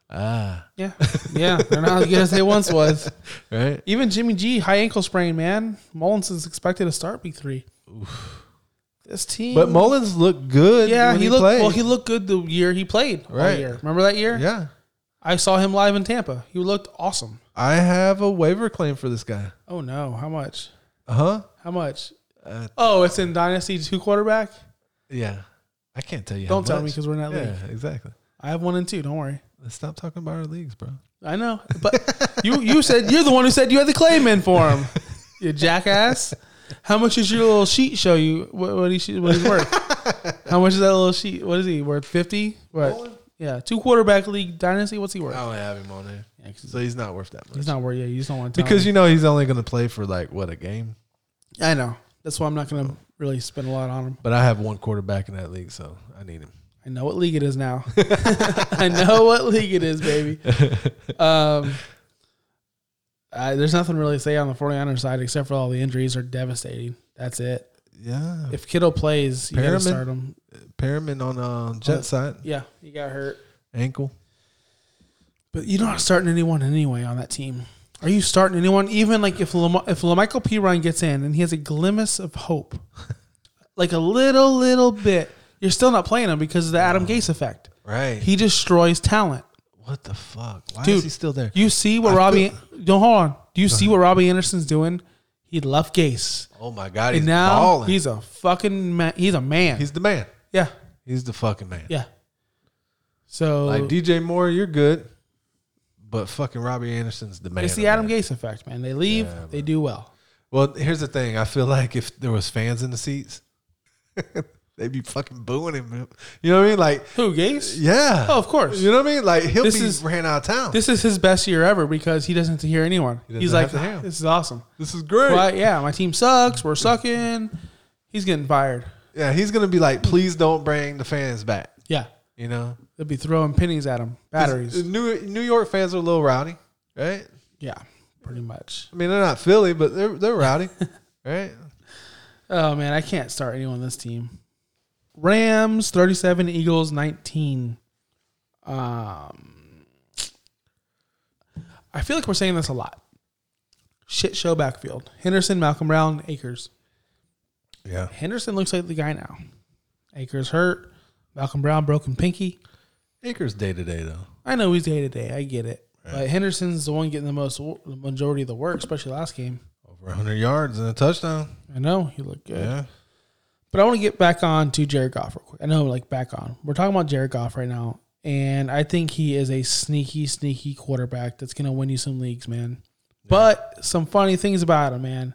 B: Ah,
A: yeah, yeah, they're not as good as they once was.
B: right.
A: Even Jimmy G high ankle sprain, man. Mullinson's expected to start week three. This team,
B: But Mullins looked good.
A: yeah,
B: when
A: he, looked
B: played.
A: well. He looked good the year he played. Right,
B: Right.
A: all year. remember that year?
B: yeah.
A: I saw him live in Tampa. He looked awesome.
B: I have a waiver claim for this guy.
A: Oh no, how much?
B: Uh huh.
A: How much?
B: Uh,
A: oh, it's in Dynasty two quarterback.
B: Yeah. I can't tell you.
A: Don't
B: how
A: tell me
B: much.
A: 'cause we're not
B: Yeah, exactly.
A: I have one and two. Don't worry.
B: Let's stop talking about our leagues, bro.
A: I know, but you you said you're the one who said you had the claim in for him. You jackass. How much does your little sheet show you? What what he should- what he's worth? How much is that little sheet? What is he worth? Fifty? What? Yeah, two quarterback league dynasty. What's he worth?
B: I don't have him on there, so he's not worth that much.
A: He's not worth. Yeah, you just don't want to
B: because you know he's only going to play for like what a game.
A: you. I know. That's why I'm not going to really spend a lot on him.
B: But I have one quarterback in that league, so I need him.
A: I know what league it is now. I know what league it is, baby. Um, I, there's nothing really to say on the 49ers side except for all the injuries are devastating. That's it.
B: Yeah,
A: If Kittle plays, you got to
B: Perriman?
A: start him.
B: Perriman on uh, jet
A: Oh.
B: side
A: Yeah, he got hurt.
B: ankle.
A: But you're not starting anyone anyway on that team. Are you starting anyone? Even like if Lam- if Lamichael Piron gets in and he has a glimpse of hope, like a little little bit, you're still not playing him because of the Adam Gase effect.
B: Right.
A: He destroys talent.
B: what the fuck? Why
A: Dude,
B: is he still there?
A: You see what
B: I
A: Robbie? Don't hold on. Do you see what Robbie Anderson's doing? He left Gase,
B: oh my god, he's
A: and now
B: balling.
A: he's
B: He's
A: a fucking man. He's a man.
B: he's the man.
A: yeah,
B: He's the fucking man.
A: yeah. So
B: Like DJ Moore, you're good, but fucking Robbie Anderson's the man.
A: it's the
B: of
A: Adam
B: that.
A: Gase effect, man. They leave, they do well.
B: Well, here's the thing. I feel like if there was fans in the seats, they'd be fucking booing him. You know what I mean? Like,
A: Who Gase?
B: yeah.
A: Oh, of course.
B: You know what I mean? Like, he'll
A: This
B: be
A: is-
B: ran out of town.
A: This is his best year ever because he doesn't have to hear anyone.
B: doesn't
A: He's like, "Ah,
B: have to hear 'em.
A: this is awesome.
B: This is great.
A: Well, yeah, my team sucks. We're sucking. He's getting fired.
B: Yeah, he's gonna be like, please don't bring the fans back.
A: Yeah,
B: You know,
A: they'll be throwing pennies at him,
B: 'Cause
A: batteries.
B: New New York fans are a little rowdy, right?
A: Yeah, pretty much.
B: I mean, they're not Philly, but they're they're rowdy, right?
A: Oh man, I can't start anyone on this team. Rams thirty-seven, Eagles nineteen. Um, I feel like we're saying this a lot. Shit show backfield. Henderson, Malcolm Brown, Akers.
B: Yeah.
A: Henderson looks like the guy now. Akers hurt. Malcolm Brown broken pinky.
B: Akers day to day though.
A: I know he's day to day. I get it. But Henderson's the one getting the most, the majority of the work, especially last game.
B: Over 100 yards and a touchdown.
A: I know he looked good.
B: Yeah.
A: But I want to get back on to Jared Goff real quick. I know, like, back on. We're talking about Jared Goff right now. And I think he is a sneaky, sneaky quarterback that's going to win you some leagues, man. But some funny things about him, man.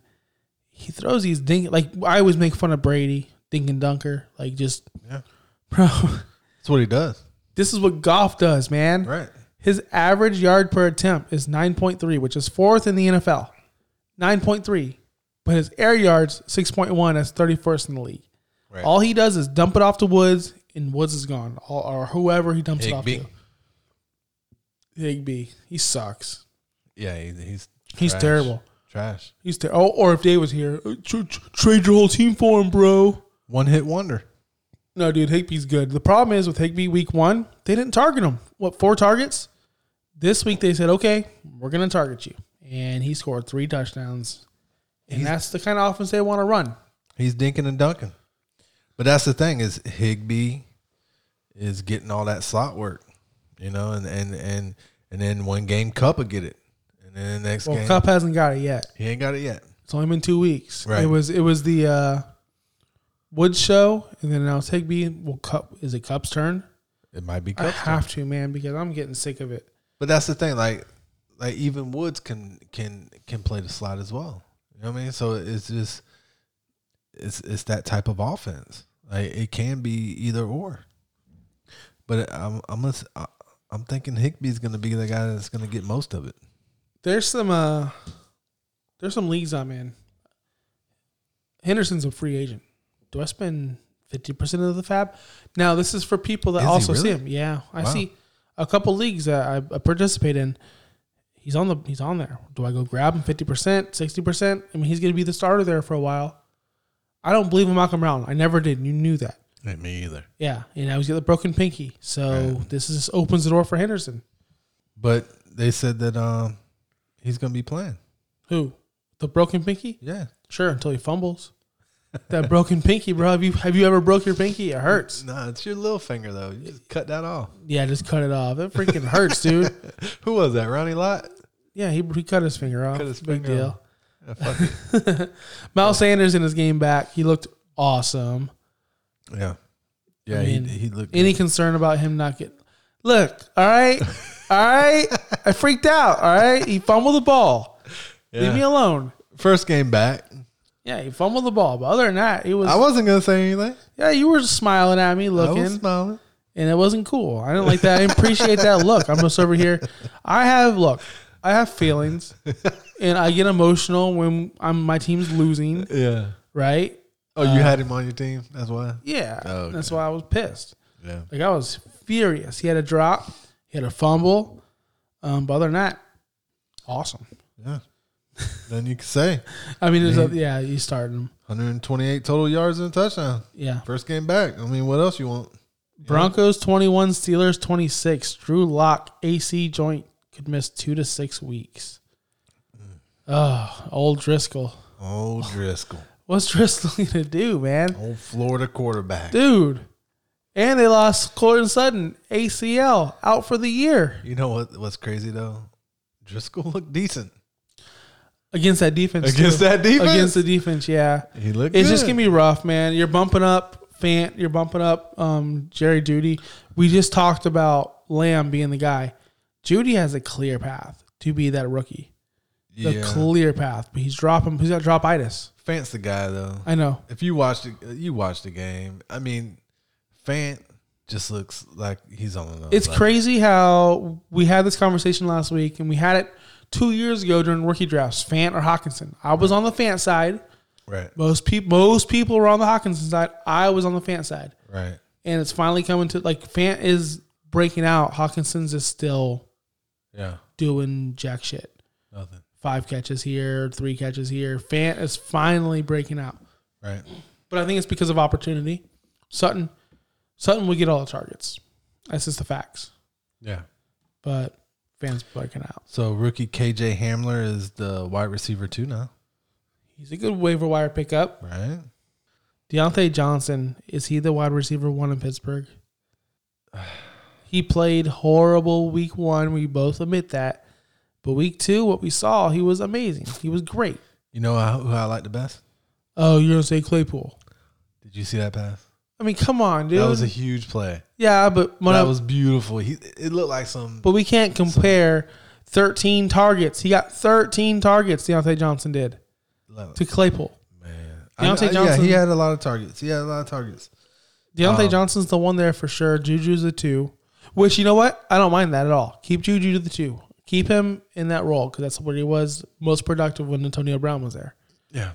A: He throws these dink. Like, I always make fun of Brady, dink and dunker. Like, just,
B: Yeah.
A: bro,
B: That's what he does.
A: this is what Goff does, man.
B: Right.
A: His average yard per attempt is 9.3, which is fourth in the NFL. 9.3. But his air yards, 6.1, that's 31st in the league.
B: Right.
A: All he does is dump it off to Woods, and Woods is gone, or, or whoever he dumps it off
B: Higby.
A: to. Higby. He sucks.
B: Yeah, he, he's
A: He's
B: trash.
A: terrible.
B: Trash.
A: He's ter- oh, Or if Dave was here, uh, tr- tr- trade your whole team for him, bro.
B: One hit wonder.
A: No, dude, Higby's good. The problem is with Higby week one, they didn't target him. What, four targets? This week they said, okay, we're going to target you. And he scored three touchdowns. And that's the kind of offense they want to run.
B: He's dinking and dunking. But that's the thing is Higby is getting all that slot work, you know, and and and and then one game Cup will get it, and then the next
A: Well,
B: game
A: Cup hasn't got it yet.
B: he ain't got it yet.
A: It's only been two weeks.
B: Right.
A: It was it was the uh, Woods show, and then now it's Higby. Well, Cup is it Cup's turn?
B: It might be
A: I
B: Cup,
A: have to, man, because I'm getting sick of it.
B: but that's the thing. Like like even Woods can can can play the slot as well. You know what I mean? So it's just it's it's that type of offense. Like it can be either or. But I'm I'm gonna, s- I'm thinking Higby's going to be the guy that's going to get most of it.
A: There's some uh, there's some leagues I'm in. Henderson's a free agent. Do I spend fifty percent of the fab? Now this is for people that
B: Is he
A: also see
B: really?
A: him. Yeah, I
B: Wow.
A: see a couple leagues that I, I participate in. He's on the he's on there. Do I go grab him fifty percent, sixty percent? I mean, he's going to be the starter there for a while. I don't believe in Malcolm Brown. I never did. and You knew that.
B: Not me either.
A: Yeah, and I was the broken pinky. So this is opens the door for Henderson.
B: But they said that um, he's going to be playing.
A: Who? The broken pinky?
B: Yeah.
A: Sure, until he fumbles. That broken pinky, bro. Have you have you ever broke your pinky? It hurts.
B: Nah, it's your little finger though. You just cut that off.
A: Yeah, just cut it off. It freaking hurts, dude.
B: Who was that? Ronnie Lott.
A: Yeah, he, he cut his finger off.
B: Cut his
A: Big
B: finger
A: deal.
B: off. Yeah, fuck it.
A: Miles Sanders in his game back. He looked awesome.
B: yeah. Yeah.
A: I mean,
B: he, he looked.
A: Any
B: good.
A: concern about him not getting? Look, all right, all right. I freaked out. All right, he fumbled the ball. Leave
B: Yeah.
A: me alone.
B: First game back.
A: Yeah, he fumbled the ball, but other than that, it was.
B: I wasn't going to say anything.
A: yeah, you were smiling at me,
B: I
A: looking.
B: was smiling.
A: and it wasn't cool. I didn't like that. I didn't appreciate that look. I'm just over here. I have look. I have feelings, and I get emotional when I'm my team's losing.
B: Yeah.
A: Right?
B: Oh,
A: Uh,
B: you had him on your team. That's why.
A: Yeah.
B: Oh, Okay.
A: That's why I was pissed.
B: Yeah.
A: Like I was furious. He had a drop. He had a fumble. Um, but other than that, awesome.
B: Yeah. then you can say
A: I mean, there's a, yeah, you started him.
B: 128 total yards and a touchdown.
A: Yeah.
B: First game back. I mean, what else you want?
A: Broncos 21, Steelers 26. Drew Lock AC joint could miss two to six weeks.
B: Mm.
A: Oh, old Driscoll.
B: Old Driscoll,
A: What's Driscoll gonna do, man?
B: old Florida quarterback.
A: Dude. And they lost Cortland Sutton, ACL, out for the year
B: You know what? What's crazy though? Driscoll looked decent.
A: against that defense.
B: Against that defense?
A: Against the defense, yeah.
B: He looked.
A: It's just gonna be rough, man. You're bumping up Fant, you're bumping up um, Jerry Judy. We just talked about Lamb being the guy. Judy has a clear path to be that rookie. The
B: yeah.
A: clear path, but he's dropping. He's got drop itis.
B: Fant's the guy though.
A: I know.
B: If you watched it, you watched the game. I mean, Fant just looks like he's on another.
A: It's
B: level.
A: crazy how we had this conversation last week, and we had it two years ago during rookie drafts. Fant or Hawkinson. I was on the Fant side.
B: right?
A: Most people, most people were on the Hawkinson side. I was on the Fant side,
B: Right.
A: and it's finally coming to like Fant is breaking out. Hawkinson's is still
B: Yeah.
A: doing jack shit.
B: Nothing.
A: Five catches here, three catches here. Fant is finally breaking out,
B: Right.
A: but I think it's because of opportunity. Sutton, Sutton will get all the targets. That's just the facts.
B: Yeah.
A: But Fant's breaking out.
B: So rookie KJ Hamler is the wide receiver too now,
A: He's a good waiver wire pickup.
B: right?
A: Deontay Johnson, is he the wide receiver one in Pittsburgh? He played horrible week one. We both admit that. But week two, what we saw, he was amazing. He was great.
B: You know who who I like the best?
A: Oh, you're going to say Claypool.
B: Did you see that pass?
A: I mean, come on, dude.
B: That was a huge play.
A: yeah, but when
B: that
A: I,
B: was beautiful. He it looked like some
A: but we can't compare 13 targets. He got 13 targets, Deontay Johnson did, to Claypool.
B: man.
A: Deontay
B: yeah,
A: Johnson-
B: he had a lot of targets. He had a lot of targets.
A: Deontay
B: Um,
A: Johnson's the one there for sure. Juju's the two, which you know what? I don't mind that at all. Keep Juju to the two. Keep him in that role because that's where he was most productive when Antonio Brown was there.
B: Yeah.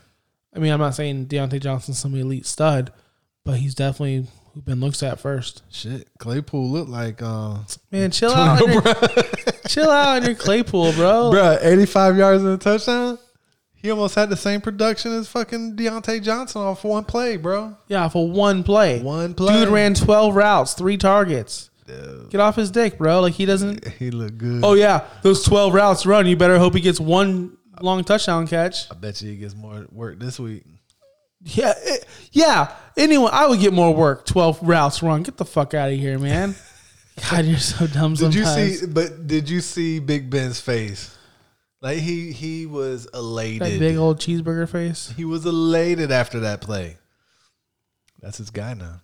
A: I mean, I'm not saying Deontay Johnson's some elite stud, but he's definitely who been looked at first.
B: Shit. Claypool looked like uh
A: Man, chill out, on your, chill out on your Claypool, bro.
B: Bruh, 85 yards and a touchdown. He almost had the same production as fucking Deontay Johnson off one play, bro.
A: Yeah, for one play,
B: One play.
A: dude ran 12 routes, three targets. Get off his dick, bro. Like he doesn't.
B: He looked good.
A: Oh yeah, those 12 routes run. You better hope he gets one long touchdown catch.
B: I bet you he gets more work this week.
A: Yeah, it, yeah. Anyone, I would get more work. Twelve routes run. Get the fuck out of here, man. God, you're so dumb.
B: Did you
A: Sometimes.
B: see but did you see Big Ben's face? Like he he was
A: that
B: elated.
A: big old cheeseburger face?
B: he was elated after that play. That's his guy now.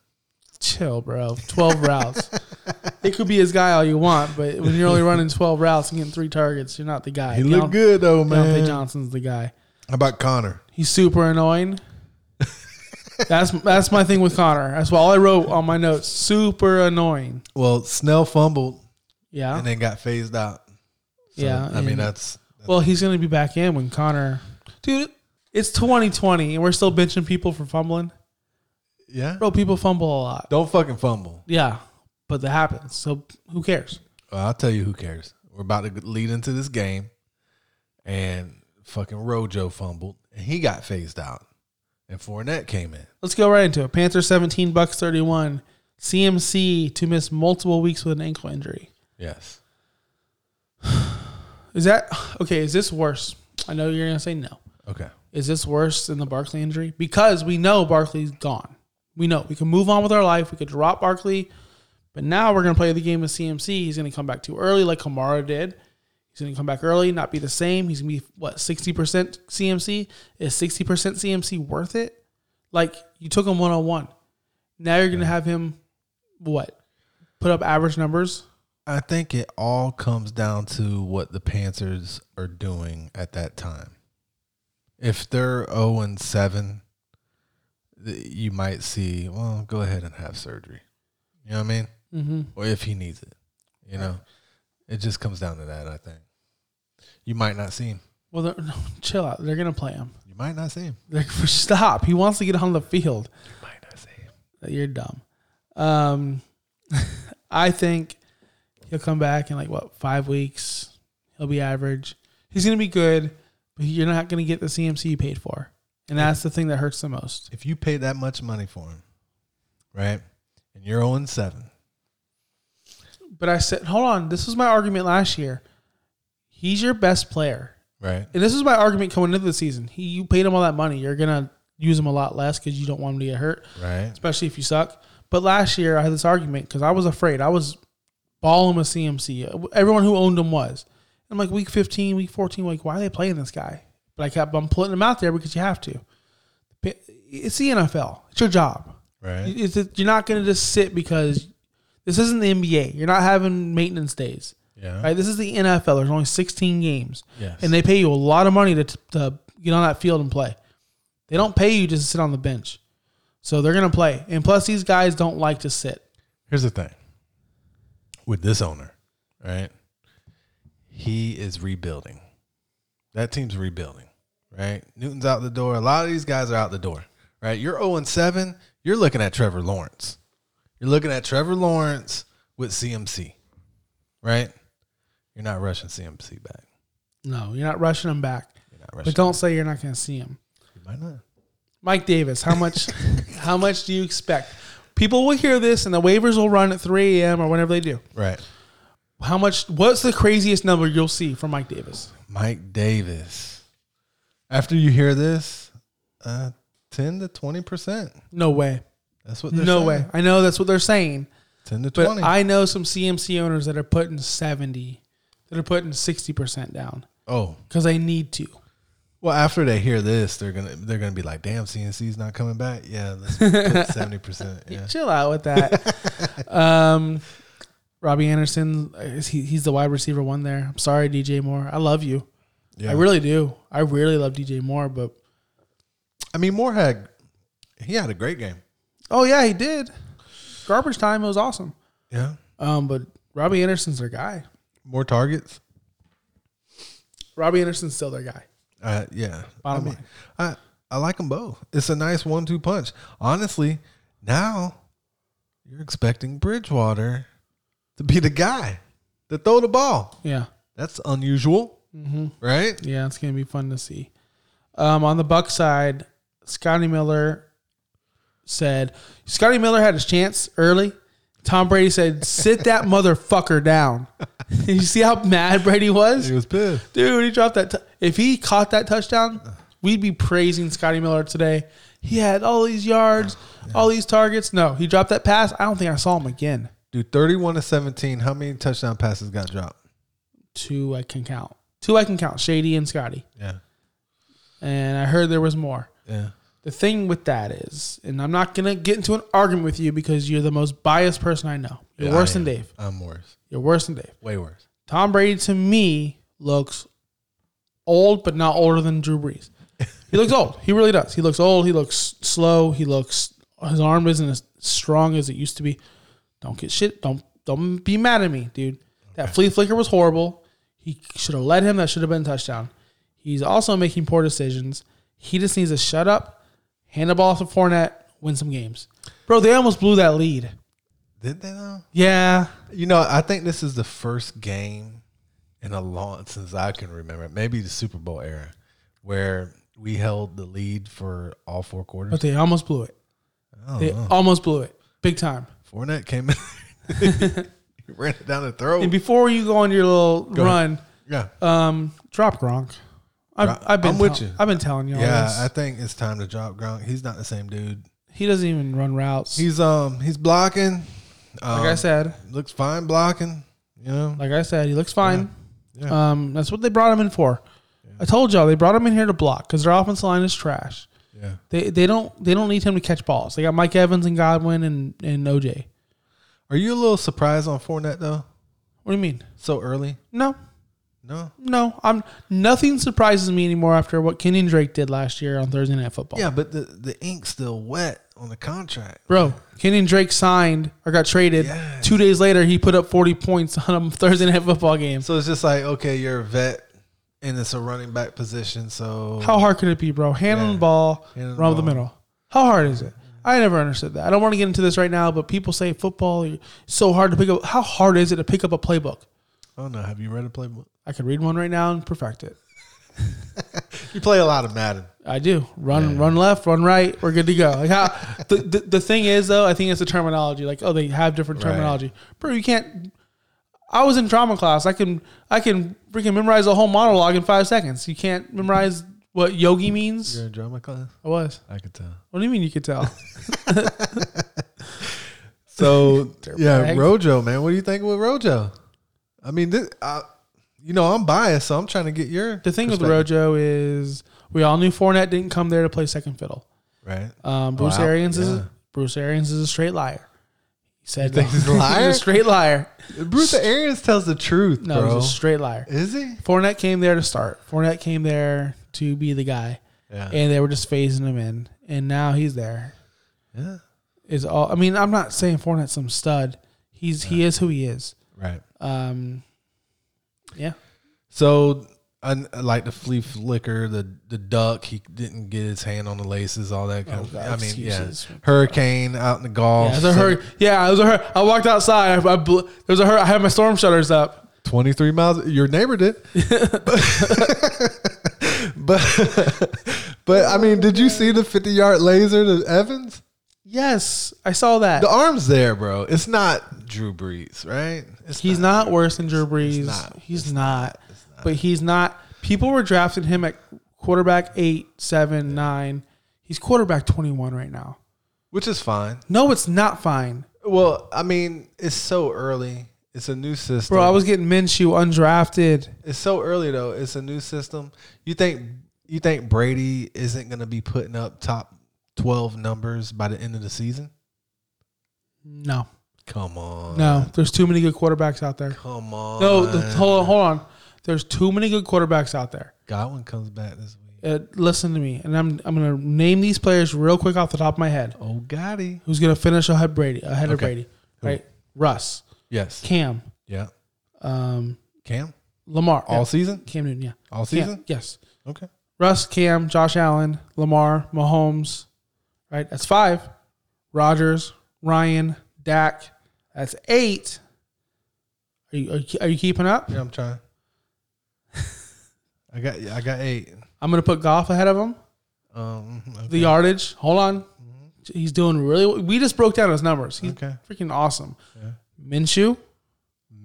A: Chill, bro. Twelve routes. It could be his guy all you want, but when you're only running twelve routes and getting three targets, you're not the guy.
B: He looked good though,
A: Deontay
B: man. How
A: Johnson's the guy.
B: about Connor?
A: He's super annoying. that's that's my thing with Connor. That's why all I wrote on my notes. Super annoying.
B: Well, Snell fumbled
A: Yeah.
B: and then got phased out. So,
A: yeah.
B: I mean
A: and-
B: that's
A: Well, he's going to be back in when Connor. Dude, it's 2020 and we're still benching people for fumbling.
B: yeah.
A: Bro, people fumble a lot.
B: Don't fucking fumble.
A: Yeah, but that happens. So who cares?
B: Well, I'll tell you who cares. We're about to lead into this game, and fucking Rojo fumbled, and he got phased out, and Fournette came in.
A: Let's go right into it. Panther 17 bucks 31. CMC to miss multiple weeks with an ankle injury.
B: Yes.
A: Is that okay? Is this worse? I know you're going to say no.
B: Okay.
A: Is this worse than the Barkley injury? Because we know Barkley's gone. We know we can move on with our life. We could drop Barkley, but now we're going to play the game with CMC. He's going to come back too early, like Kamara did. He's going to come back early, not be the same. He's going to be what sixty percent CMC. Is sixty percent CMC worth it? Like you took him one on one. Now you're going to have him what put up average numbers.
B: I think it all comes down to what the Panthers are doing at that time. If they're 0 and 7, th- you might see, well, go ahead and have surgery. You know what I mean?
A: Mm-hmm.
B: or if he needs it. You know, it just comes down to that. I think you might not see him.
A: Well, they're- no, chill out. They're going to play him.
B: You might not see him.
A: Like, stop. He wants to get on the field.
B: You might not see him.
A: You're dumb. Um, I think he'll come back in like what five weeks. He'll be average. He's gonna be good, but you're not gonna get the CMC you paid for, and that's the thing that hurts the most.
B: If you pay that much money for him, right, and you're 0 and 7,
A: But I said, hold on. This was my argument last year. He's your best player,
B: right,
A: and this is my argument coming into the season. He, you paid him all that money. You're gonna use him a lot less because you don't want him to get hurt.
B: right,
A: especially if you suck. But last year I had this argument because I was afraid. I was balling with CMC. Everyone who owned him was. I'm like week 15, week 14, like why are they playing this guy? But I kept I'm putting him out there because you have to. It's the NFL. It's your job.
B: Right.
A: It's just- you're not going to just sit because this isn't the NBA. You're not having maintenance days.
B: Yeah.
A: Right? This is the NFL. There's only 16 games.
B: Yes.
A: And they pay you a lot of money to, to get on that field and play. They don't pay you just to sit on the bench. So they're going to play. And plus, these guys don't like to sit.
B: Here's the thing with this owner, right? He is rebuilding. That team's rebuilding, right? Newton's out the door. A lot of these guys are out the door, right? You're 0 and 7. You're looking at Trevor Lawrence. You're looking at Trevor Lawrence with CMC, right? You're not rushing CMC back.
A: No, you're not rushing them back.
B: You're not
A: But
B: rushing.
A: don't say you're not going to see them.
B: You might not.
A: Mike Davis, how much how much do you expect? People will hear this and the waivers will run at 3 a.m. or whenever they do.
B: Right.
A: How much what's the craziest number you'll see from Mike Davis?
B: Mike Davis. After you hear this, uh, 10 to 20%.
A: No way.
B: That's what they're
A: No
B: saying.
A: way. I know that's what they're saying.
B: 10 to
A: But
B: 20.
A: I know some CMC owners that are putting 70, that are putting 60% down
B: oh,
A: because they need to.
B: Well, after they hear this, they're gonna they're gonna be like, "Damn, CNC's not coming back." Yeah, let's put seventy percent. Yeah,
A: Chill out with that. um, Robbie Anderson, is he, he's the wide receiver one there. I'm sorry, DJ Moore. I love you.
B: yeah.
A: I really do. I really love DJ Moore, but
B: I mean, Moore had he had a great game.
A: oh, yeah, he did. Garbage time. It was awesome.
B: Yeah,
A: Um, but Robbie Anderson's their guy.
B: more targets.
A: Robbie Anderson's still their guy.
B: Uh, yeah,
A: Bottom
B: I mean, I I like them both. It's a nice one-two punch. Honestly, now you're expecting Bridgewater to be the guy to throw the ball.
A: Yeah.
B: That's unusual, right?
A: Yeah, it's gonna be fun to see. Um, on the Buck side, Scotty Miller said Scotty Miller had his chance early. Tom Brady said, "Sit that motherfucker down." you see how mad Brady was,
B: He was pissed.
A: dude. He dropped that. T- if he caught that touchdown,
B: Uh.
A: we'd be praising Scotty Miller today. He had all these yards, all these targets. No, he dropped that pass. I don't think I saw him again.
B: Dude, thirty-one to seventeen. How many touchdown passes got dropped?
A: Two I can count. Two I can count. Shady and Scotty.
B: Yeah,
A: And I heard there was more.
B: yeah.
A: The thing with that is, and I'm not gonna get into an argument with you because you're the most biased person I know. You're
B: Yeah,
A: worse
B: I
A: than
B: am.
A: Dave.
B: I'm worse.
A: You're worse than Dave.
B: Way worse.
A: Tom Brady to me looks old, but not older than Drew Brees. He looks old. He really does. He looks old. He looks slow. He looks his arm isn't as strong as it used to be. Don't get shit. Don't don't be mad at me, dude. That flea flicker was horrible. He should have led him. That should have been a touchdown. He's also making poor decisions. He just needs to shut up, hand the ball to Fournette, win some games. Bro, they almost blew that lead.
B: Did they though?
A: Yeah.
B: You know, I think this is the first game in a long since I can remember, maybe the Super Bowl era, where we held the lead for all four quarters.
A: But they almost blew it.
B: Oh,
A: They almost blew it. Big time.
B: Fournette came in, he ran it down the throat.
A: And before you go on your little run,
B: yeah,
A: um, drop Gronk. I've,
B: Gronk.
A: I've been
B: I'm with
A: tell-
B: you.
A: I've been telling y'all.
B: yeah.
A: this.
B: I think it's time to drop Gronk. He's not the same dude.
A: he doesn't even run routes.
B: He's um he's blocking. Um,
A: like I said,
B: looks fine blocking. You know,
A: like I said, he looks fine.
B: Yeah. Yeah.
A: Um, that's what they brought him in for. I told y'all they brought him in here to block because their offensive line is trash.
B: yeah.
A: They they don't they don't need him to catch balls. They got Mike Evans and Godwin and and OJ.
B: Are you a little surprised on Fournette though?
A: What do you mean?
B: So early?
A: No,
B: No.
A: no, I'm nothing surprises me anymore after what Kenyon Drake did last year on Thursday Night Football.
B: Yeah, but the the ink's still wet on the contract.
A: Bro, Kenyon Drake signed or got traded.
B: Yes.
A: Two days later, he put up 40 points on a Thursday night football game.
B: So it's just like, okay, you're a vet and it's a running back position. So
A: How hard could it be, bro? Hand on
B: Yeah.
A: the ball,
B: Hand on the
A: run up the
B: ball.
A: middle. How hard is it? I never understood that. I don't want to get into this right now, but people say football is so hard to pick up. How hard is it to pick up a playbook?
B: I don't know. Have you read a playbook?
A: I could read one right now and perfect it.
B: You play a lot of Madden.
A: I do. Run, run left, run right. We're good to go. Like how the, the the thing is though, I think it's the terminology. Like oh, they have different
B: Right.
A: terminology, bro. You can't. I was in drama class. I can I can freaking memorize a whole monologue in five seconds. You can't memorize what yogi means.
B: You're in drama class.
A: I was.
B: I could tell.
A: What do you mean you could tell?
B: So yeah,
A: Dirtbag.
B: Rojo, man. What do you think with Rojo? I mean, this, I, you know, I'm biased, so I'm trying to get your
A: the thing with
B: perspective.
A: Rojo is we all knew Fournette didn't come there to play second fiddle.
B: right? Oh,
A: Um, Bruce
B: Wow.
A: Arians is
B: Yeah.
A: Bruce Arians is a straight liar. He said
B: You think
A: no.
B: he's a liar?
A: a straight liar.
B: Bruce Arians tells the truth,
A: No,
B: bro.
A: he's a straight liar.
B: Is he?
A: Fournette came there to start. Fournette came there to be the guy,
B: Yeah.
A: and they were just phasing him in, and now he's there.
B: Yeah.
A: Is all. I mean, I'm not saying Fournette's some stud. He's he is who he is.
B: Right.
A: Um, yeah.
B: So I, I like the flea flicker, the the duck. He didn't get his hand on the laces, all that kind of.
A: God,
B: I mean,
A: excuses.
B: yeah. Hurricane out in the
A: Yeah,
B: Gulf.
A: it was a hur- yeah, it was a hur- I walked outside. I, I blew, there was a hur- I had my storm shutters up.
B: Twenty three miles. Your neighbor did. but but I mean, did you see the fifty yard laser to Evans?
A: Yes, I saw that.
B: The arm's there, bro. It's not Drew Brees, right? It's
A: He's not worse than Drew Brees. He's
B: not.
A: not. But he's not. People were drafting him at quarterback eight, seven, nine. He's quarterback twenty-one right now.
B: which is fine.
A: No, it's not fine,
B: Well, I mean, it's so early. It's a new system,
A: bro. I was getting Minshew undrafted.
B: It's so early though. It's a new system. You think you think Brady isn't going to be putting up top twelve numbers by the end of the season?
A: No,
B: Come on,
A: no. There's too many good quarterbacks out there.
B: come on.
A: No, the,
B: Uh.
A: hold on, hold on. There's too many good quarterbacks out there.
B: Godwin comes back this week.
A: Uh, listen to me, and I'm I'm gonna name these players real quick off the top of my head.
B: Oh, Gotti.
A: Who's gonna finish ahead Brady? Ahead of
B: Okay.
A: Brady, right? Russ,
B: Yes.
A: Cam,
B: Yeah.
A: um,
B: Cam.
A: Lamar.
B: All
A: Yeah.
B: season.
A: Cam Newton, yeah. Cam,
B: All season.
A: yes.
B: Okay.
A: Russ, Cam, Josh Allen, Lamar, Mahomes, right? That's five. Rogers, Ryan, Dak, that's eight. Are you, are you, are you keeping up?
B: Yeah, I'm trying. I got I got eight.
A: I'm going to put golf ahead of him.
B: Um, okay.
A: The yardage, hold on. He's doing really We just broke down his numbers. He's
B: Mm-hmm. Okay.
A: freaking awesome. Minshew,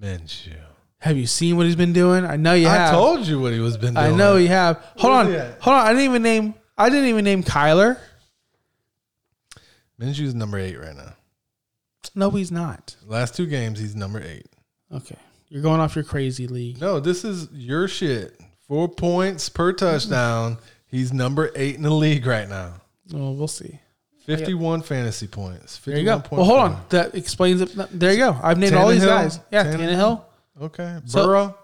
B: Minshew.
A: have you seen what he's been doing? I know you have.
B: I told you what he was been doing.
A: I know you have. Hold
B: Where's
A: on.
B: he at?
A: Hold on. I didn't even name I didn't even name Kyler.
B: Minshew's number eight right now.
A: No, he's not.
B: Last two games, he's number eight.
A: Okay. You're going off your crazy league.
B: No, this is your shit. Four points per touchdown. He's number eight in the league right now.
A: Well, we'll see.
B: 51 fantasy points. 51
A: There you go. Well, hold on. That explains it. There you go. I've named all these
B: Tannehill.
A: guys. Yeah,
B: Tannehill.
A: Tannehill.
B: Okay.
A: So-
B: Burrow.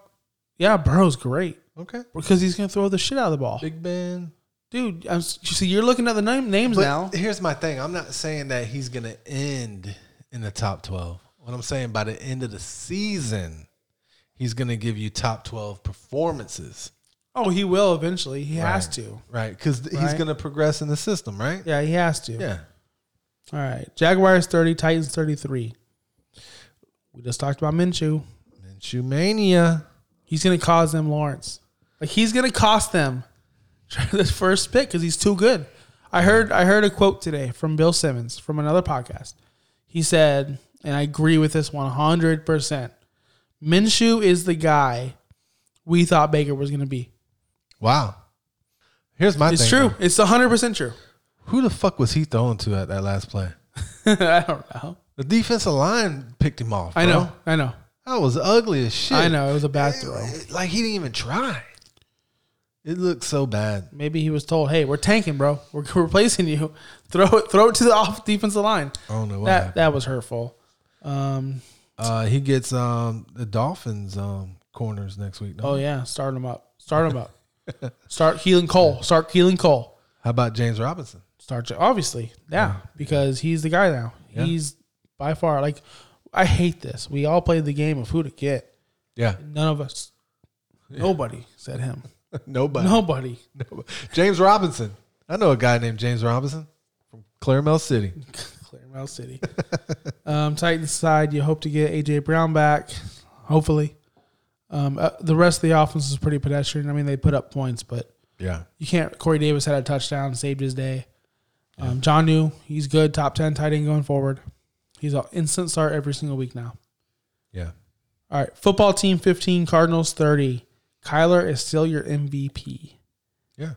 A: Yeah, Burrow's great
B: Okay.
A: because he's going to throw the shit out of the ball.
B: Big Ben.
A: Dude, I'm, s- you see, you're looking at the name, names
B: But
A: now.
B: here's my thing. I'm not saying that he's going to end in the top 12. What I'm saying by the end of the season, he's going to give you top 12 performances.
A: Oh, he will eventually. He has
B: Right.
A: to.
B: Right. Because he's
A: Right.
B: going to progress in the system, right?
A: Yeah, he has to.
B: Yeah.
A: All right. Jaguars 30, Titans 33. We just talked about Minshew.
B: Minshew Mania.
A: He's going to cause them Lawrence. Like he's going to cost them this first pick because he's too good. I heard I heard a quote today from Bill Simmons from another podcast. He said, and I agree with this one hundred percent. Minshew is the guy we thought Baker was going to be.
B: Wow. Here's my
A: It's
B: thing.
A: true.
B: though.
A: It's hundred percent true.
B: Who the fuck was he throwing to at that last play?
A: I don't know.
B: The defensive line picked him off.
A: I
B: bro.
A: know. I know.
B: That was ugly as shit.
A: I know. It was a bad throw.
B: Like he didn't even try. It looked so bad.
A: Maybe he was told, "Hey, we're tanking, bro. We're replacing you. Throw it. Throw it to the off defensive line."
B: I don't know what
A: That
B: happened.
A: that was hurtful. Um,
B: Uh, he gets um, the Dolphins um, corners next week. don't
A: Oh
B: he?
A: yeah, start him up. Start him up. Start Keelan Cole. Start Keelan Cole.
B: How about James Robinson?
A: Start Ja- obviously, yeah, because he's the guy now.
B: Yeah.
A: He's by far like I hate this. We all played the game of who to get.
B: Yeah,
A: None of us, nobody said him.
B: nobody.
A: Nobody.
B: James Robinson. I know a guy named James Robinson from Claremont City.
A: Claremont City. um, Titans side, you hope to get AJ Brown back, hopefully. Um, uh, the rest of the offense is pretty pedestrian. I mean, they put up points, but
B: Yeah,
A: you can't. Corey Davis had a touchdown, saved his day. Um, John New, he's good, top ten tight end going forward. He's an instant start every single week now.
B: yeah.
A: All right, football team fifteen, Cardinals thirty. Kyler is still your MVP
B: Yeah.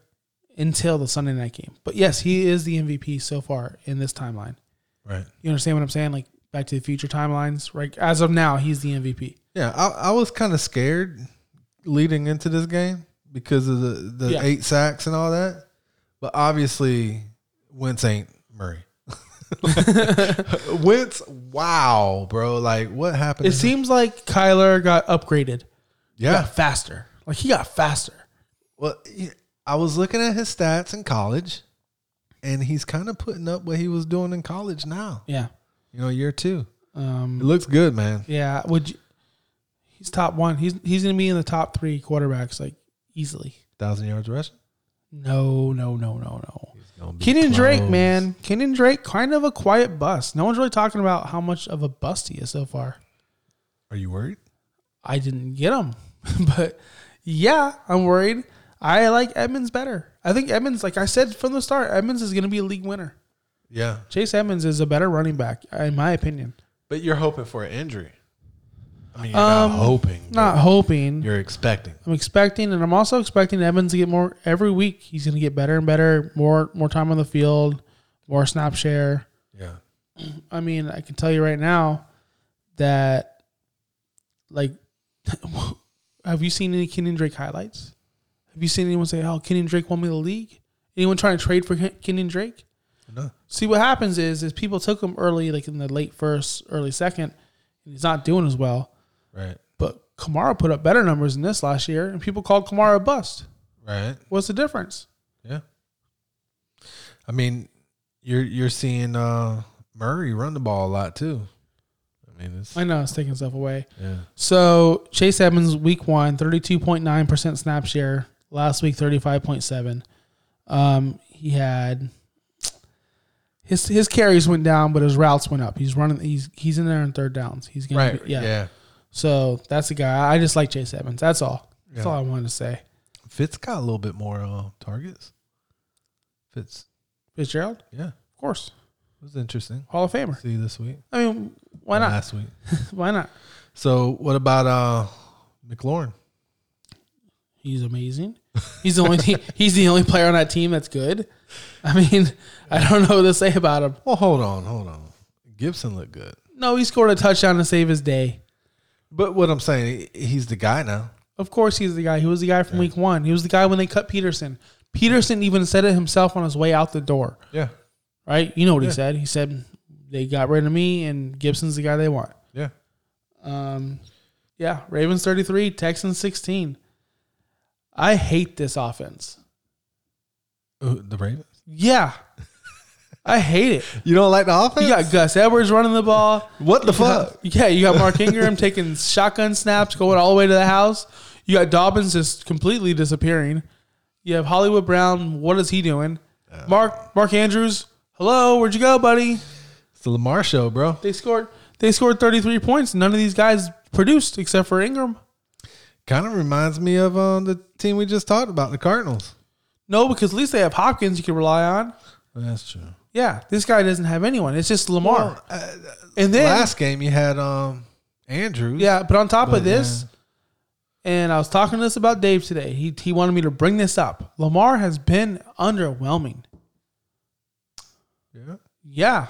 A: until the Sunday night game. But yes, he is the MVP so far in this timeline.
B: Right.
A: You understand what I'm saying? Like Back to the Future timelines. Right as of now, he's the MVP.
B: Yeah, I, I was kind of scared leading into this game because of the, the
A: Yeah.
B: eight sacks and all that. But obviously, Wentz ain't Murray. Wentz, wow, bro. Like, what happened?
A: It
B: to him?
A: seems like Kyler got upgraded.
B: yeah.
A: Got faster. Like he got faster.
B: Well, he- I was looking at his stats in college, and he's kind of putting up what he was doing in college now.
A: Yeah.
B: You know, year two. It
A: Um,
B: looks good, man.
A: yeah. Would you, he's top one. He's he's gonna be in the top three quarterbacks like easily.
B: Thousand yards rushing.
A: No, no, no, no, no.
B: gonna be
A: Kenyon Drake,
B: close.
A: man. Kenyon Drake, kind of a quiet bust. No one's really talking about how much of a bust he is so far.
B: Are you worried?
A: I didn't get him, but yeah, I'm worried. I like Edmonds better. I think Edmonds, like I said from the start, Edmonds is going to be a league winner.
B: Yeah,
A: Chase Edmonds is a better running back, in my opinion.
B: but you're hoping for an injury. I mean, you're
A: Um,
B: not hoping.
A: Not hoping.
B: You're expecting.
A: I'm expecting, and I'm also expecting Evans to get more every week. He's going to get better and better, more more time on the field, more snap share.
B: Yeah.
A: I mean, I can tell you right now that, like, have you seen any Kenyon Drake highlights? Have you seen anyone say, "Oh, Kenyon Drake won me the league"? Anyone trying to trade for Ken- Kenyon Drake?
B: No.
A: See what happens is is people took him early, like in the late first, early second, and he's not doing as well.
B: Right.
A: But Kamara put up better numbers than this last year, and people called Kamara a bust.
B: Right.
A: What's the difference?
B: Yeah. I mean, you're you're seeing uh, Murray run the ball a lot too. I mean, it's
A: I know it's taking stuff away.
B: yeah.
A: So Chase Edmonds, week one, 32.9% snap share. Last week, 35.7. Um, he had his his carries went down, but his routes went up. He's running he's he's in there on third downs. He's gonna
B: Right.
A: be- yeah.
B: Yeah. yeah.
A: So that's the guy. I just like Chase Edmonds. That's all. That's all I wanted to say.
B: Fitz got a little bit more uh, targets. Fitz,
A: Fitzgerald,
B: yeah,
A: of course.
B: it was interesting.
A: Hall of Famer.
B: See you this week.
A: I mean, why not?
B: Last week.
A: Why not?
B: So what about uh McLaurin?
A: He's amazing. He's the only he's the only player on that team that's good. I mean, I don't know what to say about him.
B: Well, hold on, hold on. Gibson looked good,
A: No, he scored a touchdown to save his day.
B: but what I'm saying, he- he's the guy now.
A: Of course, he's the guy. He was the guy from week one. He was the guy when they cut Peterson. Peterson even said it himself on his way out the door.
B: Yeah,
A: Right? You know what
B: Yeah.
A: he said? He said they got rid of me, and Gibson's the guy they want.
B: yeah.
A: Um, yeah, Ravens 33, Texans 16. I hate this offense.
B: Who- The Ravens.
A: Yeah. I hate it.
B: You don't like the offense?
A: You got Gus Edwards running the ball.
B: What the fuck?
A: Yeah, you got Mark Ingram taking shotgun snaps, going all the way to the house. You got Dobbins just completely disappearing. You have Hollywood Brown. What is he doing? Mark Mark Andrews. Hello, where'd you go, buddy?
B: It's the Lamar show, bro.
A: They scored. They scored thirty three points. None of these guys produced except for Ingram.
B: Kind of reminds me of um, the team we just talked about, the Cardinals.
A: No, because at least they have Hopkins you can rely on.
B: That's true.
A: Yeah, this guy doesn't have anyone. It's just Lamar. and then
B: Last game you had um Andrews.
A: Yeah, but on top
B: But,
A: of this, and I was talking to this about Dave today. He he wanted me to bring this up. Lamar has been underwhelming.
B: yeah.
A: Yeah.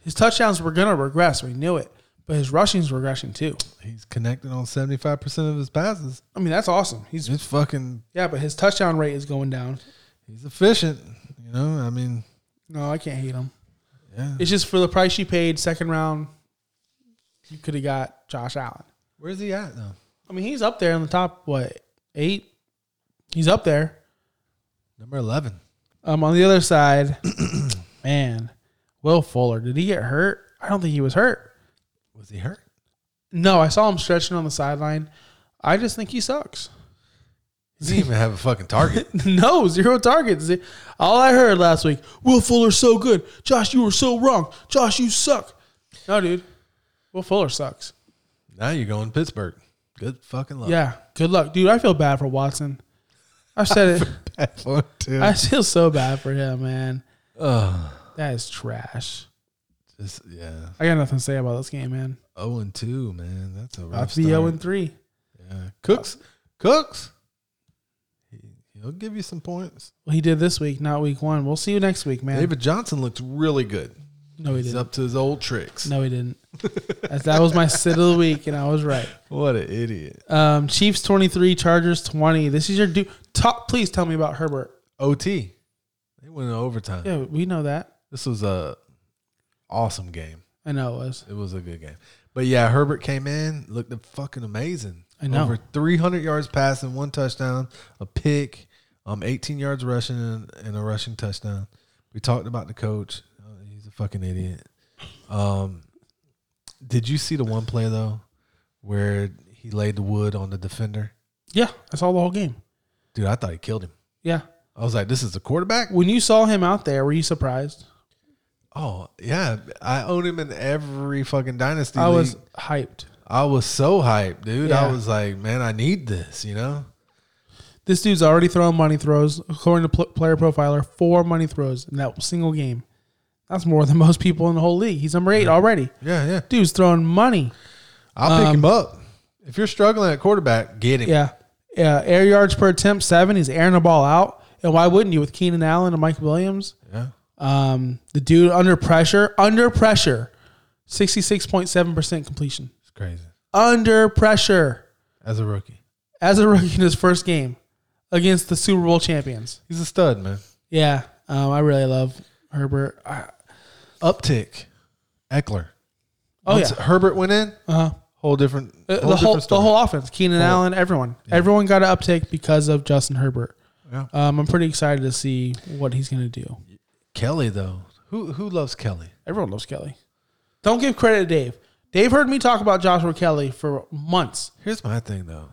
A: His touchdowns were gonna regress. We knew it. But his rushing's regressing too.
B: He's connected on seventy five percent of his passes.
A: I mean, that's awesome. He's
B: He's fucking.
A: yeah, but his touchdown rate is going down.
B: He's efficient. You know. I mean.
A: No, I can't hate him.
B: Yeah.
A: It's just for the price you paid, second round, you could have got Josh Allen.
B: Where's he at now?
A: I mean, he's up there in the top what, eight? He's up there.
B: Number eleven.
A: Um, on the other side, man, Will Fuller, did he get hurt? I don't think he was hurt.
B: Was he hurt?
A: No, I saw him stretching on the sideline. I just think he sucks.
B: He didn't even have a fucking target.
A: no, zero targets. Ze- All I heard last week, Will Fuller's so good. Josh, you were so wrong. Josh, you suck. No, dude. Will Fuller sucks.
B: now you're going to Pittsburgh. Good fucking luck.
A: Yeah. Good luck. Dude, I feel bad for Watson. I've said it.
B: That one too.
A: I feel so bad for him, man.
B: Ugh.
A: That is trash.
B: just yeah.
A: I got nothing to say about this game, man.
B: Oh and two, man. That's a
A: About
B: rough
A: to be 0
B: start.
A: and 3.
B: Yeah. Cooks. Cooks. He, he'll give you some points.
A: Well, he did this week, not week one. We'll see you next week, man.
B: David Johnson looked really good.
A: no, he
B: He's
A: didn't.
B: up to his old tricks.
A: No, he didn't. That's- that was my sit of the week, and I was right.
B: What an idiot.
A: Um, Chiefs twenty three, Chargers twenty. This is your do. Top, please tell me about Herbert.
B: OT. They went to overtime.
A: Yeah, we know that.
B: This was a awesome game.
A: I know it was.
B: It was a good game. But yeah, Herbert came in, looked fucking amazing.
A: I know.
B: Over 300 yards passing, one touchdown, a pick, um, 18 yards rushing, and, and a rushing touchdown. We talked about the coach. Uh, he's a fucking idiot. Um, did you see the one play though, where he laid the wood on the defender?
A: Yeah, I saw the whole game.
B: Dude, I thought he killed him.
A: Yeah.
B: I was like, this is the quarterback.
A: When you saw him out there, were you surprised?
B: Oh yeah, I own him in every fucking dynasty.
A: I was
B: league.
A: hyped.
B: I was so hyped, dude. I
A: Yeah.
B: was like, man, I need this. You know,
A: This dude's already throwing money throws. According to pl- Player Profiler, four money throws in that single game. That's more than most people in the whole league. He's number eight already.
B: yeah, yeah.
A: Dude's throwing money.
B: I'll pick him up. If you're struggling at quarterback, get him.
A: Um, Yeah. Yeah. Air yards per attempt, seven. He's airing the ball out. And why wouldn't you with Keenan Allen and Mike Williams?
B: Yeah.
A: Um, the dude under pressure, under pressure, 66.7% completion.
B: it's crazy.
A: Under pressure
B: As a rookie,
A: as a rookie in his first game against the Super Bowl champions.
B: he's a stud, man.
A: Yeah. Um, I really love Herbert. I,
B: Uptick, Eckler.
A: oh, yeah.
B: Once Herbert went in.
A: Uh-huh.
B: Whole different.
A: Uh,
B: whole
A: the whole
B: different story.
A: the whole offense, Keenan
B: Whole-
A: Allen, everyone, everyone got an uptick because of Justin Herbert.
B: Yeah.
A: Um, I'm pretty excited to see what he's going to do.
B: Kelly though. Who who loves Kelly?
A: Everyone loves Kelly. Don't give credit to Dave. Dave heard me talk about Joshua Kelly for months.
B: Here's my thing though.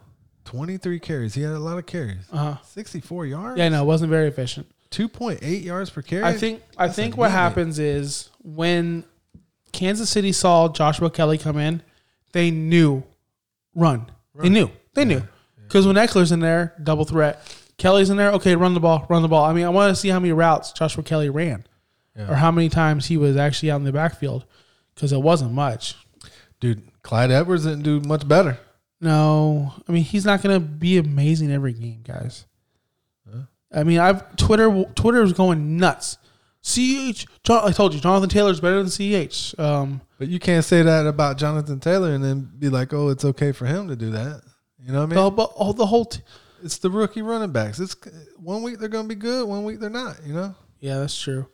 B: 23 carries. He had a lot of carries. Uh-huh. 64 yards.
A: Yeah, no, it wasn't very efficient.
B: 2.8 yards per carry.
A: I think I
B: That's
A: think
B: a
A: what
B: unit.
A: happens is when Kansas City saw Joshua Kelly come in, they knew run. They knew. They knew. Because when Eckler's in there, double threat. Kelly's in there, okay, run the ball, run the ball. I mean, I want to see how many routes Joshua Kelly ran or how many times he was actually out in the backfield because it wasn't much.
B: Dude, Clyde Edwards didn't do much better.
A: No, I mean he's not gonna be amazing every game, guys. I mean, I've Twitter Twitter was going nuts. Ch, Jon- I told you, Jonathan Taylor's better than Ch. Um,
B: But you can't say that about Jonathan Taylor and then be like, oh, it's okay for him to do that. You know what I mean?
A: the, but all the whole, t-
B: It's the rookie running backs. It's one week they're going to be good, one week they're not. You know,
A: yeah, that's true.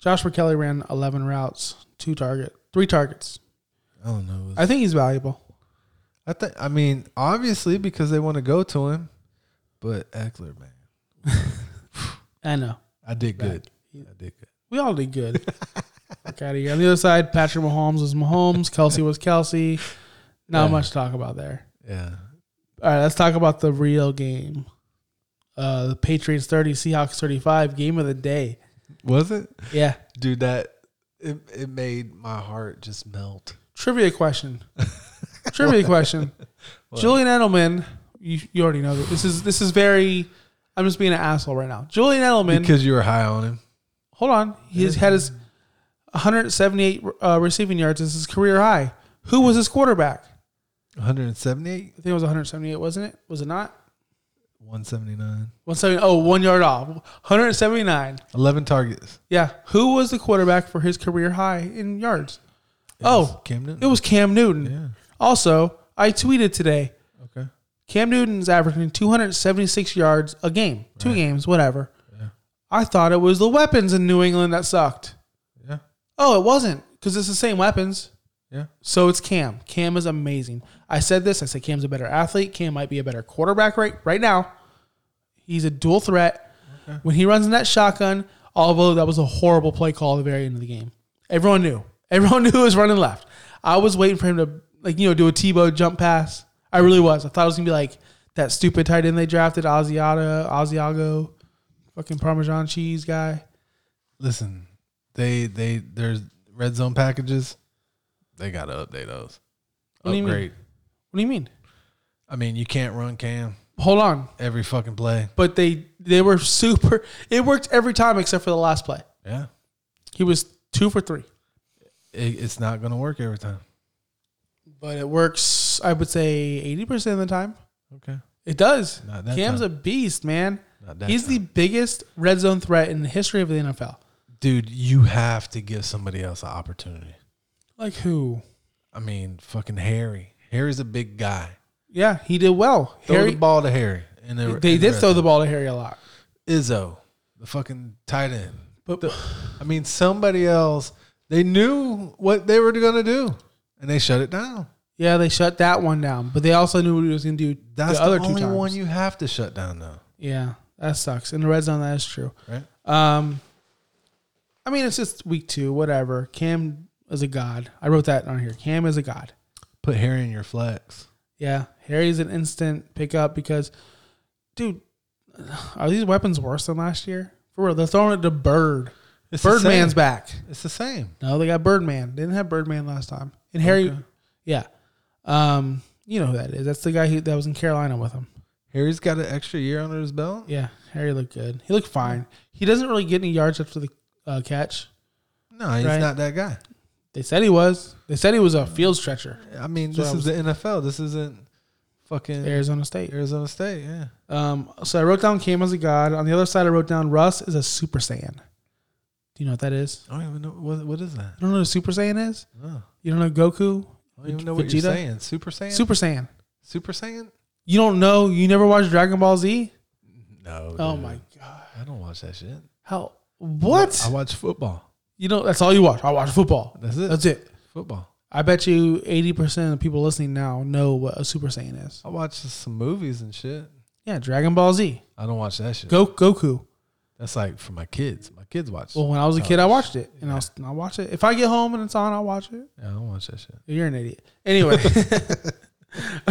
A: Joshua Kelly ran eleven routes, two target, three targets.
B: I don't know.
A: I think he's valuable.
B: I think. I mean, obviously because they want to go to him, but Eckler, man,
A: I know
B: I did good. I did good.
A: we all did good. Fuck out of here. On the other side, Patrick Mahomes was Mahomes, Kelsey was Kelsey. Not much to talk about there.
B: Yeah.
A: All right, let's talk about the real game. Uh, the Patriots 30, Seahawks 35, game of the day.
B: Was it,
A: Yeah.
B: dude? That it, it made my heart just melt.
A: Trivia question. Trivia question. Julian Edelman, you, you already know this. This is this is very I'm just being an asshole right now. Julian Edelman,
B: Because you were high on him.
A: hold on. He has had his 178 uh, receiving yards this is his career high. Who was his quarterback?
B: 178,
A: I think it was 178, wasn't it? Was it not?
B: 179,
A: 170 oh, one yard off. 179.
B: 11 targets.
A: Yeah. Who was the quarterback for his career high in yards? oh,
B: Cam Newton.
A: it was Cam Newton.
B: Yeah.
A: Also, I tweeted today
B: Okay.
A: Cam Newton's averaging 276 yards a game, two games, whatever. I thought it was the weapons in New England that sucked.
B: Yeah.
A: Oh, it wasn't because it's the same weapons.
B: Yeah.
A: So it's Cam. Cam is amazing. I said this. I said Cam's a better athlete. Cam might be a better quarterback right right now. He's a dual threat. When he runs in that shotgun, although that was a horrible play call at the very end of the game, everyone knew. Everyone knew he was running left. I was waiting for him to like you know do a Tebow jump pass. I really was. I thought it was gonna be like that stupid tight end they drafted, Asiata, Asiago, fucking Parmesan cheese guy.
B: Listen, they they there's red zone packages. They got to update those.
A: What do you mean? What do you mean?
B: I mean, you can't run Cam
A: Hold on.
B: every fucking play.
A: but they they were super. It worked every time except for the last play.
B: Yeah.
A: He was two for three,
B: It, it's not going to work every time.
A: but it works. I would say eighty percent of the time.
B: Okay.
A: It does.
B: Not that
A: Cam's
B: time.
A: a beast, man.
B: Not that
A: He's the biggest red zone threat in the history of the NFL.
B: Dude, you have to give somebody else an opportunity.
A: Like who?
B: I mean, fucking Harry. Harry's a big guy.
A: Yeah, he did well.
B: Throw
A: Harry.
B: the ball to Harry. And
A: they did throw the ball to Harry a lot.
B: Izzo, the fucking tight end.
A: But
B: I mean, somebody else. They knew what they were going to do, and they shut it down.
A: yeah, they shut that one down. But they also knew what he was going to do
B: That's
A: the other two
B: only
A: times.
B: one you have to shut down now,
A: yeah, that sucks. In the red zone, that is true.
B: right?
A: Um, I mean, it's just week two, whatever. Cam is a god. I wrote that on here. Cam is a god.
B: Put Harry in your flex.
A: Yeah, Harry's an instant pickup because, dude, are these weapons worse than last year? For real, they're throwing it to Bird.
B: It's the
A: Birdman's
B: same.
A: back.
B: It's the same.
A: No, they got Birdman. They didn't have Birdman last time. And Harry, yeah, um, you know who that is? That's the guy who that was in Carolina with him.
B: Harry's got an extra year under his belt.
A: Yeah, Harry looked good. He looked fine. He doesn't really get any yards after the uh, catch.
B: No, he's
A: Right.
B: not that guy.
A: They said he was. They said he was a field stretcher.
B: I mean,
A: So
B: this
A: I
B: is the NFL. This isn't fucking
A: Arizona State.
B: Arizona State. Yeah,
A: Um, so I wrote down Cam as a god. On the other side, I wrote down Russ is a Super Saiyan. Do you know what that is?
B: I don't even know what what is that.
A: You don't know what a Super Saiyan is?
B: No.
A: You don't know Goku?
B: I don't even know what you're saying. Super Saiyan.
A: Super Saiyan.
B: Super Saiyan.
A: You don't know? You never watched Dragon Ball Z?
B: No.
A: Oh
B: dude.
A: my god!
B: I don't watch that shit.
A: How? What?
B: I watch football.
A: You know that's all you watch. I watch football.
B: That's it.
A: That's it.
B: Football.
A: I bet you eighty percent of the people listening now know what a Super Saiyan is.
B: I watch some movies and shit.
A: Yeah, Dragon Ball Z.
B: I don't watch that shit.
A: Go Goku.
B: That's like for my kids. My kids watch.
A: Well, when I was a kid, I watched it, and I'll I'll watch it. If I get home and it's on, I'll watch it.
B: yeah, I don't watch that shit.
A: You're an idiot. Anyway,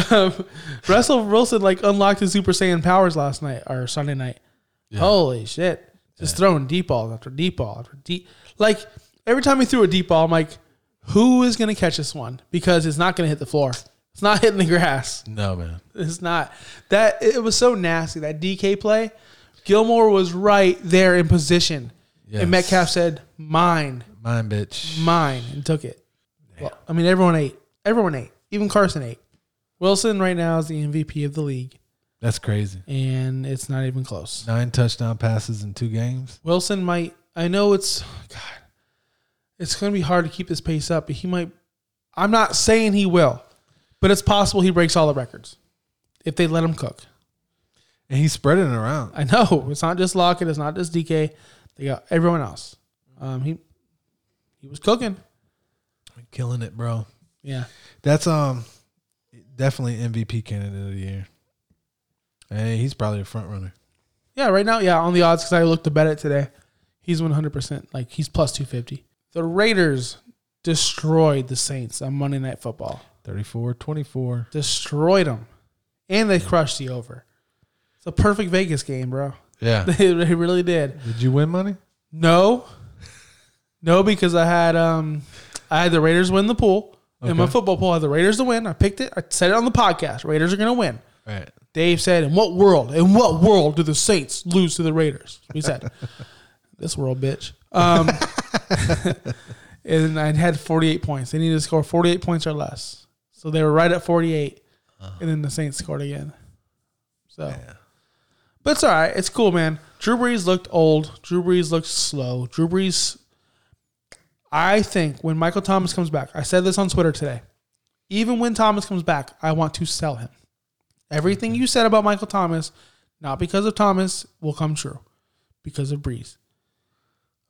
A: um, Russell Wilson like unlocked his Super Saiyan powers last night or Sunday night. Holy shit! Just throwing deep balls after deep ball after deep. Like every time he threw a deep ball, I'm like, who is gonna catch this one? Because it's not gonna hit the floor. It's not hitting the grass.
B: No man.
A: It's not that. It was so nasty that DK play. Gilmore was right there in position,
B: Yes.
A: and Metcalf said, "Mine."
B: Mine, bitch.
A: mine and took it. Well, I mean, everyone ate. Everyone ate. Even Carson ate. Wilson right now is the MVP of the league,
B: That's crazy.
A: and it's not even close.
B: Nine touchdown passes in two games.
A: Wilson might. I know it's God. It's going to be hard to keep this pace up, but he might. I'm not saying he will, but it's possible he breaks all the records if they let him cook.
B: And he's spreading it around.
A: I know it's not just Lockett, it's not just DK. They got everyone else. Um, he he was cooking.
B: Killing it, bro.
A: Yeah,
B: That's um definitely MVP candidate of the year. Hey, he's probably a front runner.
A: Yeah, right now, yeah, on the odds because I looked to bet it today. He's 100%. Like, he's plus 250. The Raiders destroyed the Saints on Monday Night Football.
B: 34 24.
A: Destroyed them. And they crushed the over. It's a perfect Vegas game, bro.
B: Yeah.
A: They really did.
B: Did you win money?
A: No. No, because I had um I had the Raiders win the pool. In my
B: Okay.
A: football pool, I had the Raiders to win. I picked it. I said it on the podcast. Raiders are gonna win.
B: All right.
A: Dave said, "In what world? In what world do the Saints lose to the Raiders?" We said, "This world, bitch." Um, and I had 48 points. They needed to score 48 points or less, so they were right at 48, and then the Saints scored again. So, but it's all right. It's cool, man. Drew Brees looked old. Drew Brees looked slow. Drew Brees. I think when Michael Thomas comes back, I said this on Twitter today. Even when Thomas comes back, I want to sell him. Everything you said about Michael Thomas, not because of Thomas, will come true because of Breeze.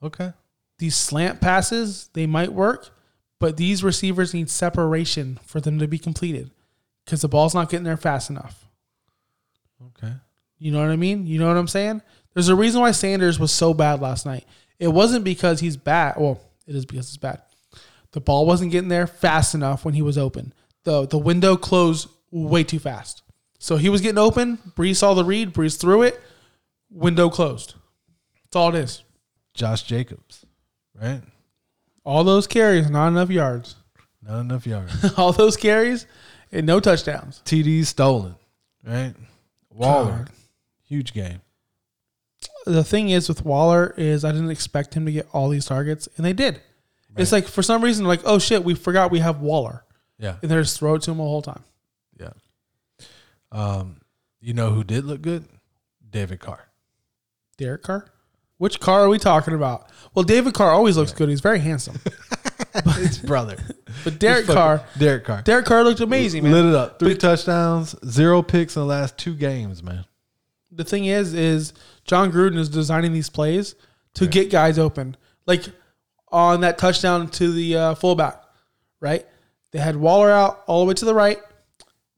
B: Okay.
A: These slant passes, they might work, but these receivers need separation for them to be completed because the ball's not getting there fast enough.
B: Okay.
A: You know what I mean? You know what I'm saying? There's a reason why Sanders was so bad last night. It wasn't because he's bad. Well, it is because it's bad. The ball wasn't getting there fast enough when he was open. The the window closed way too fast. So he was getting open. Breeze saw the read. Breeze threw it. Window closed. That's all it is.
B: Josh Jacobs, right?
A: All those carries, not enough yards.
B: Not enough yards.
A: all those carries and no touchdowns.
B: TD stolen, right? Waller,
A: God.
B: huge game.
A: the thing is with Waller is I didn't expect him to get all these targets, and they did. It's like for some reason, like oh shit, we forgot we have Waller,
B: Yeah.
A: and they just throw it to him the whole time.
B: Yeah. Um, you know who did look good? David Carr.
A: Derek Carr, which Carr are we talking about? Well, David Carr always looks good. He's very handsome,
B: His brother.
A: but Derek Carr,
B: Derek Carr.
A: Derek Carr looked amazing, man.
B: Lit it up. Three touchdowns, zero picks in the last two games, man.
A: the thing is, is John Gruden is designing these plays to get guys open. Like on that touchdown to the uh, fullback, right? They had Waller out all the way to the right.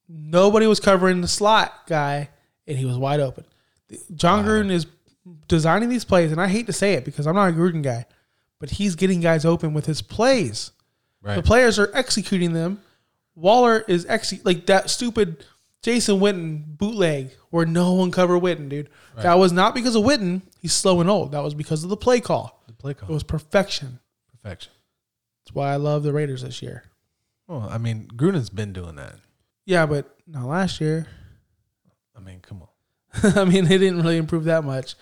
A: Nobody was covering the slot guy, and he was wide open. John Gruden is designing these plays, and I hate to say it because I'm not a Gruden guy, but he's getting guys open with his plays. The players are executing them. Waller is exe- like that stupid Jason Witten bootleg where no one covered Witten, dude. That was not because of Witten. He's slow and old. That was because of the play call.
B: The play call.
A: It was perfection.
B: perfection.
A: That's why I love the Raiders this year.
B: Well, I mean, Gruden's been doing that.
A: Yeah, but not last year.
B: I mean, come on.
A: I mean, they didn't really improve that much.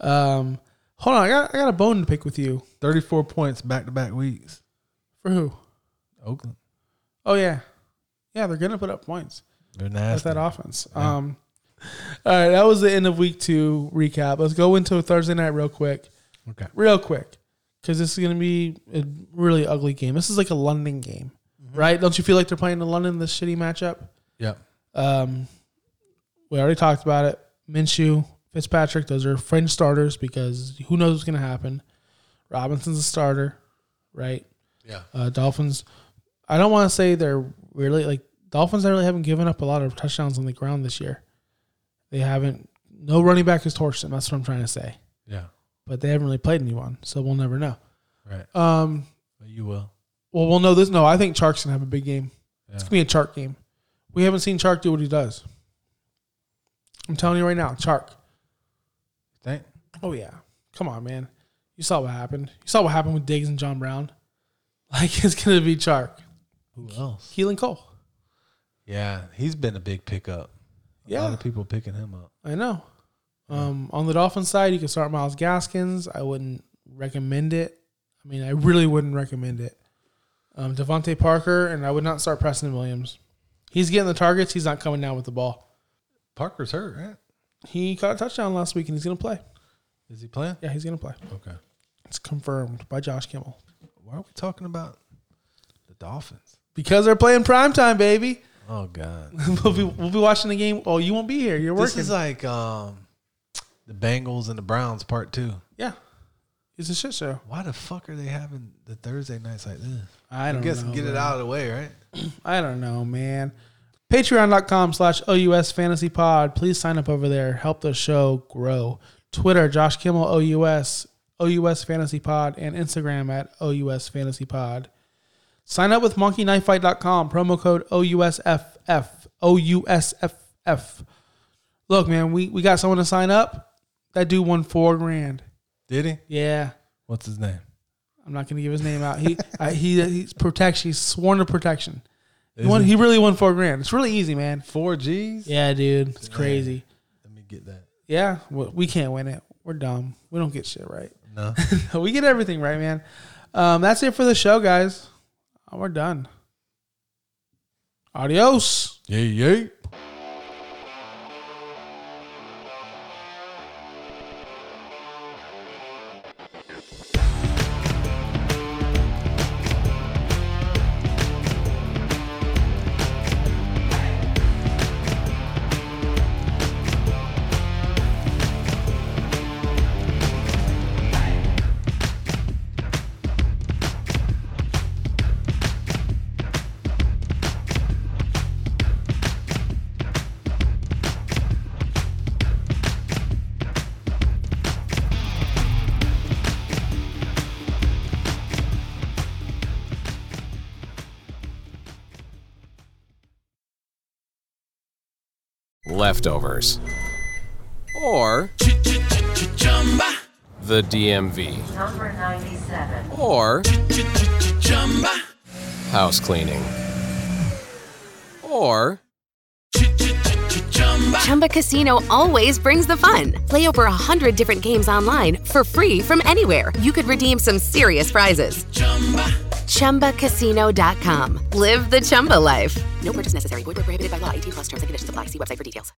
A: Um, hold on, I got I got a bone to pick with you.
B: 34 points back to back weeks.
A: For who?
B: Oakland.
A: Oh yeah, yeah, they're gonna put up points.
B: They're
A: with
B: nasty.
A: that offense. Um, all right, that was the end of week two recap. Let's go into Thursday night real quick,
B: Okay.
A: real quick, because this is going to be a really ugly game. This is like a London game, right? Don't you feel like they're playing in London this shitty matchup?
B: Yeah.
A: Um, we already talked about it. Minshew, Fitzpatrick, those are fringe starters because who knows what's going to happen. Robinson's a starter, right?
B: Yeah.
A: Uh, Dolphins. I don't want to say they're really like Dolphins. I really haven't given up a lot of touchdowns on the ground this year. They haven't. No running back has torched them. That's what I'm trying to say.
B: Yeah.
A: But they haven't really played anyone, so we'll never know.
B: Right.
A: Um.
B: you will.
A: Well, we'll know this. No, I think Chark's gonna have a big game. It's
B: Yeah.
A: gonna be a Chark game. We haven't seen Chark do what he does. I'm telling you right now, Chark.
B: Think?
A: Oh yeah, come on, man. You saw what happened. You saw what happened with Diggs and John Brown. Like it's gonna be Chark,
B: Who else?
A: Keelan Cole.
B: Yeah. He's been a big pickup. A lot
A: Yeah,
B: of people picking him up.
A: I know. Um, on the Dolphins side, you can start Miles Gaskins. I wouldn't recommend it. I mean, I really wouldn't recommend it. Um, Devontae Parker, and I would not start Preston Williams. He's getting the targets. He's not coming down with the ball.
B: Parker's hurt, right?
A: He caught a touchdown last week, and he's going to play.
B: Is he playing?
A: Yeah, he's going to play.
B: Okay.
A: It's confirmed by Josh Kimmel
B: Why are we talking about the Dolphins?
A: because they're playing primetime, baby.
B: Oh God.
A: we'll be we'll be watching the game. Oh, you won't be here. You're
B: this
A: working.
B: is like um the Bengals and the Browns part two.
A: yeah, it's a shit show.
B: Why the fuck are they having the Thursday nights like this?
A: I don't
B: I guess
A: know.
B: get it out of the way, right?
A: I don't know, man. Patreon.com slash OUS Fantasy Pod. Please sign up over there. Help the show grow. Twitter, Josh Kimmel OUS, OUS Fantasy Pod, and Instagram at OUS Fantasy Pod. Sign up with monkeyknifefight.com, promo code OUSFF. OUSFF. Look, man, we, we got someone to sign up. That dude won four grand.
B: Did he?
A: Yeah.
B: What's his name?
A: I'm not going to give his name out. He I, he he's protection. He's sworn to protection. He,
B: Is
A: won,
B: it
A: he really won four grand. It's really easy, man.
B: four G's?
A: Yeah, dude, it's crazy.
B: Let me get that.
A: Yeah, we we can't win it. We're dumb. We don't get shit right.
B: No.
A: we get everything right, man. Um, that's it for the show, guys. Oh, we're done. Adios.
B: yeah, yeah.
C: leftovers, or the DMV,
D: Number 97.
C: or house cleaning, or
E: Chumba Casino always brings the fun. Play over a hundred different games online for free from anywhere. You could redeem some serious prizes. ChumbaCasino.com. Live the Chumba life. No purchase necessary. Void where prohibited by law. 18 plus. Terms and conditions apply. See website for details.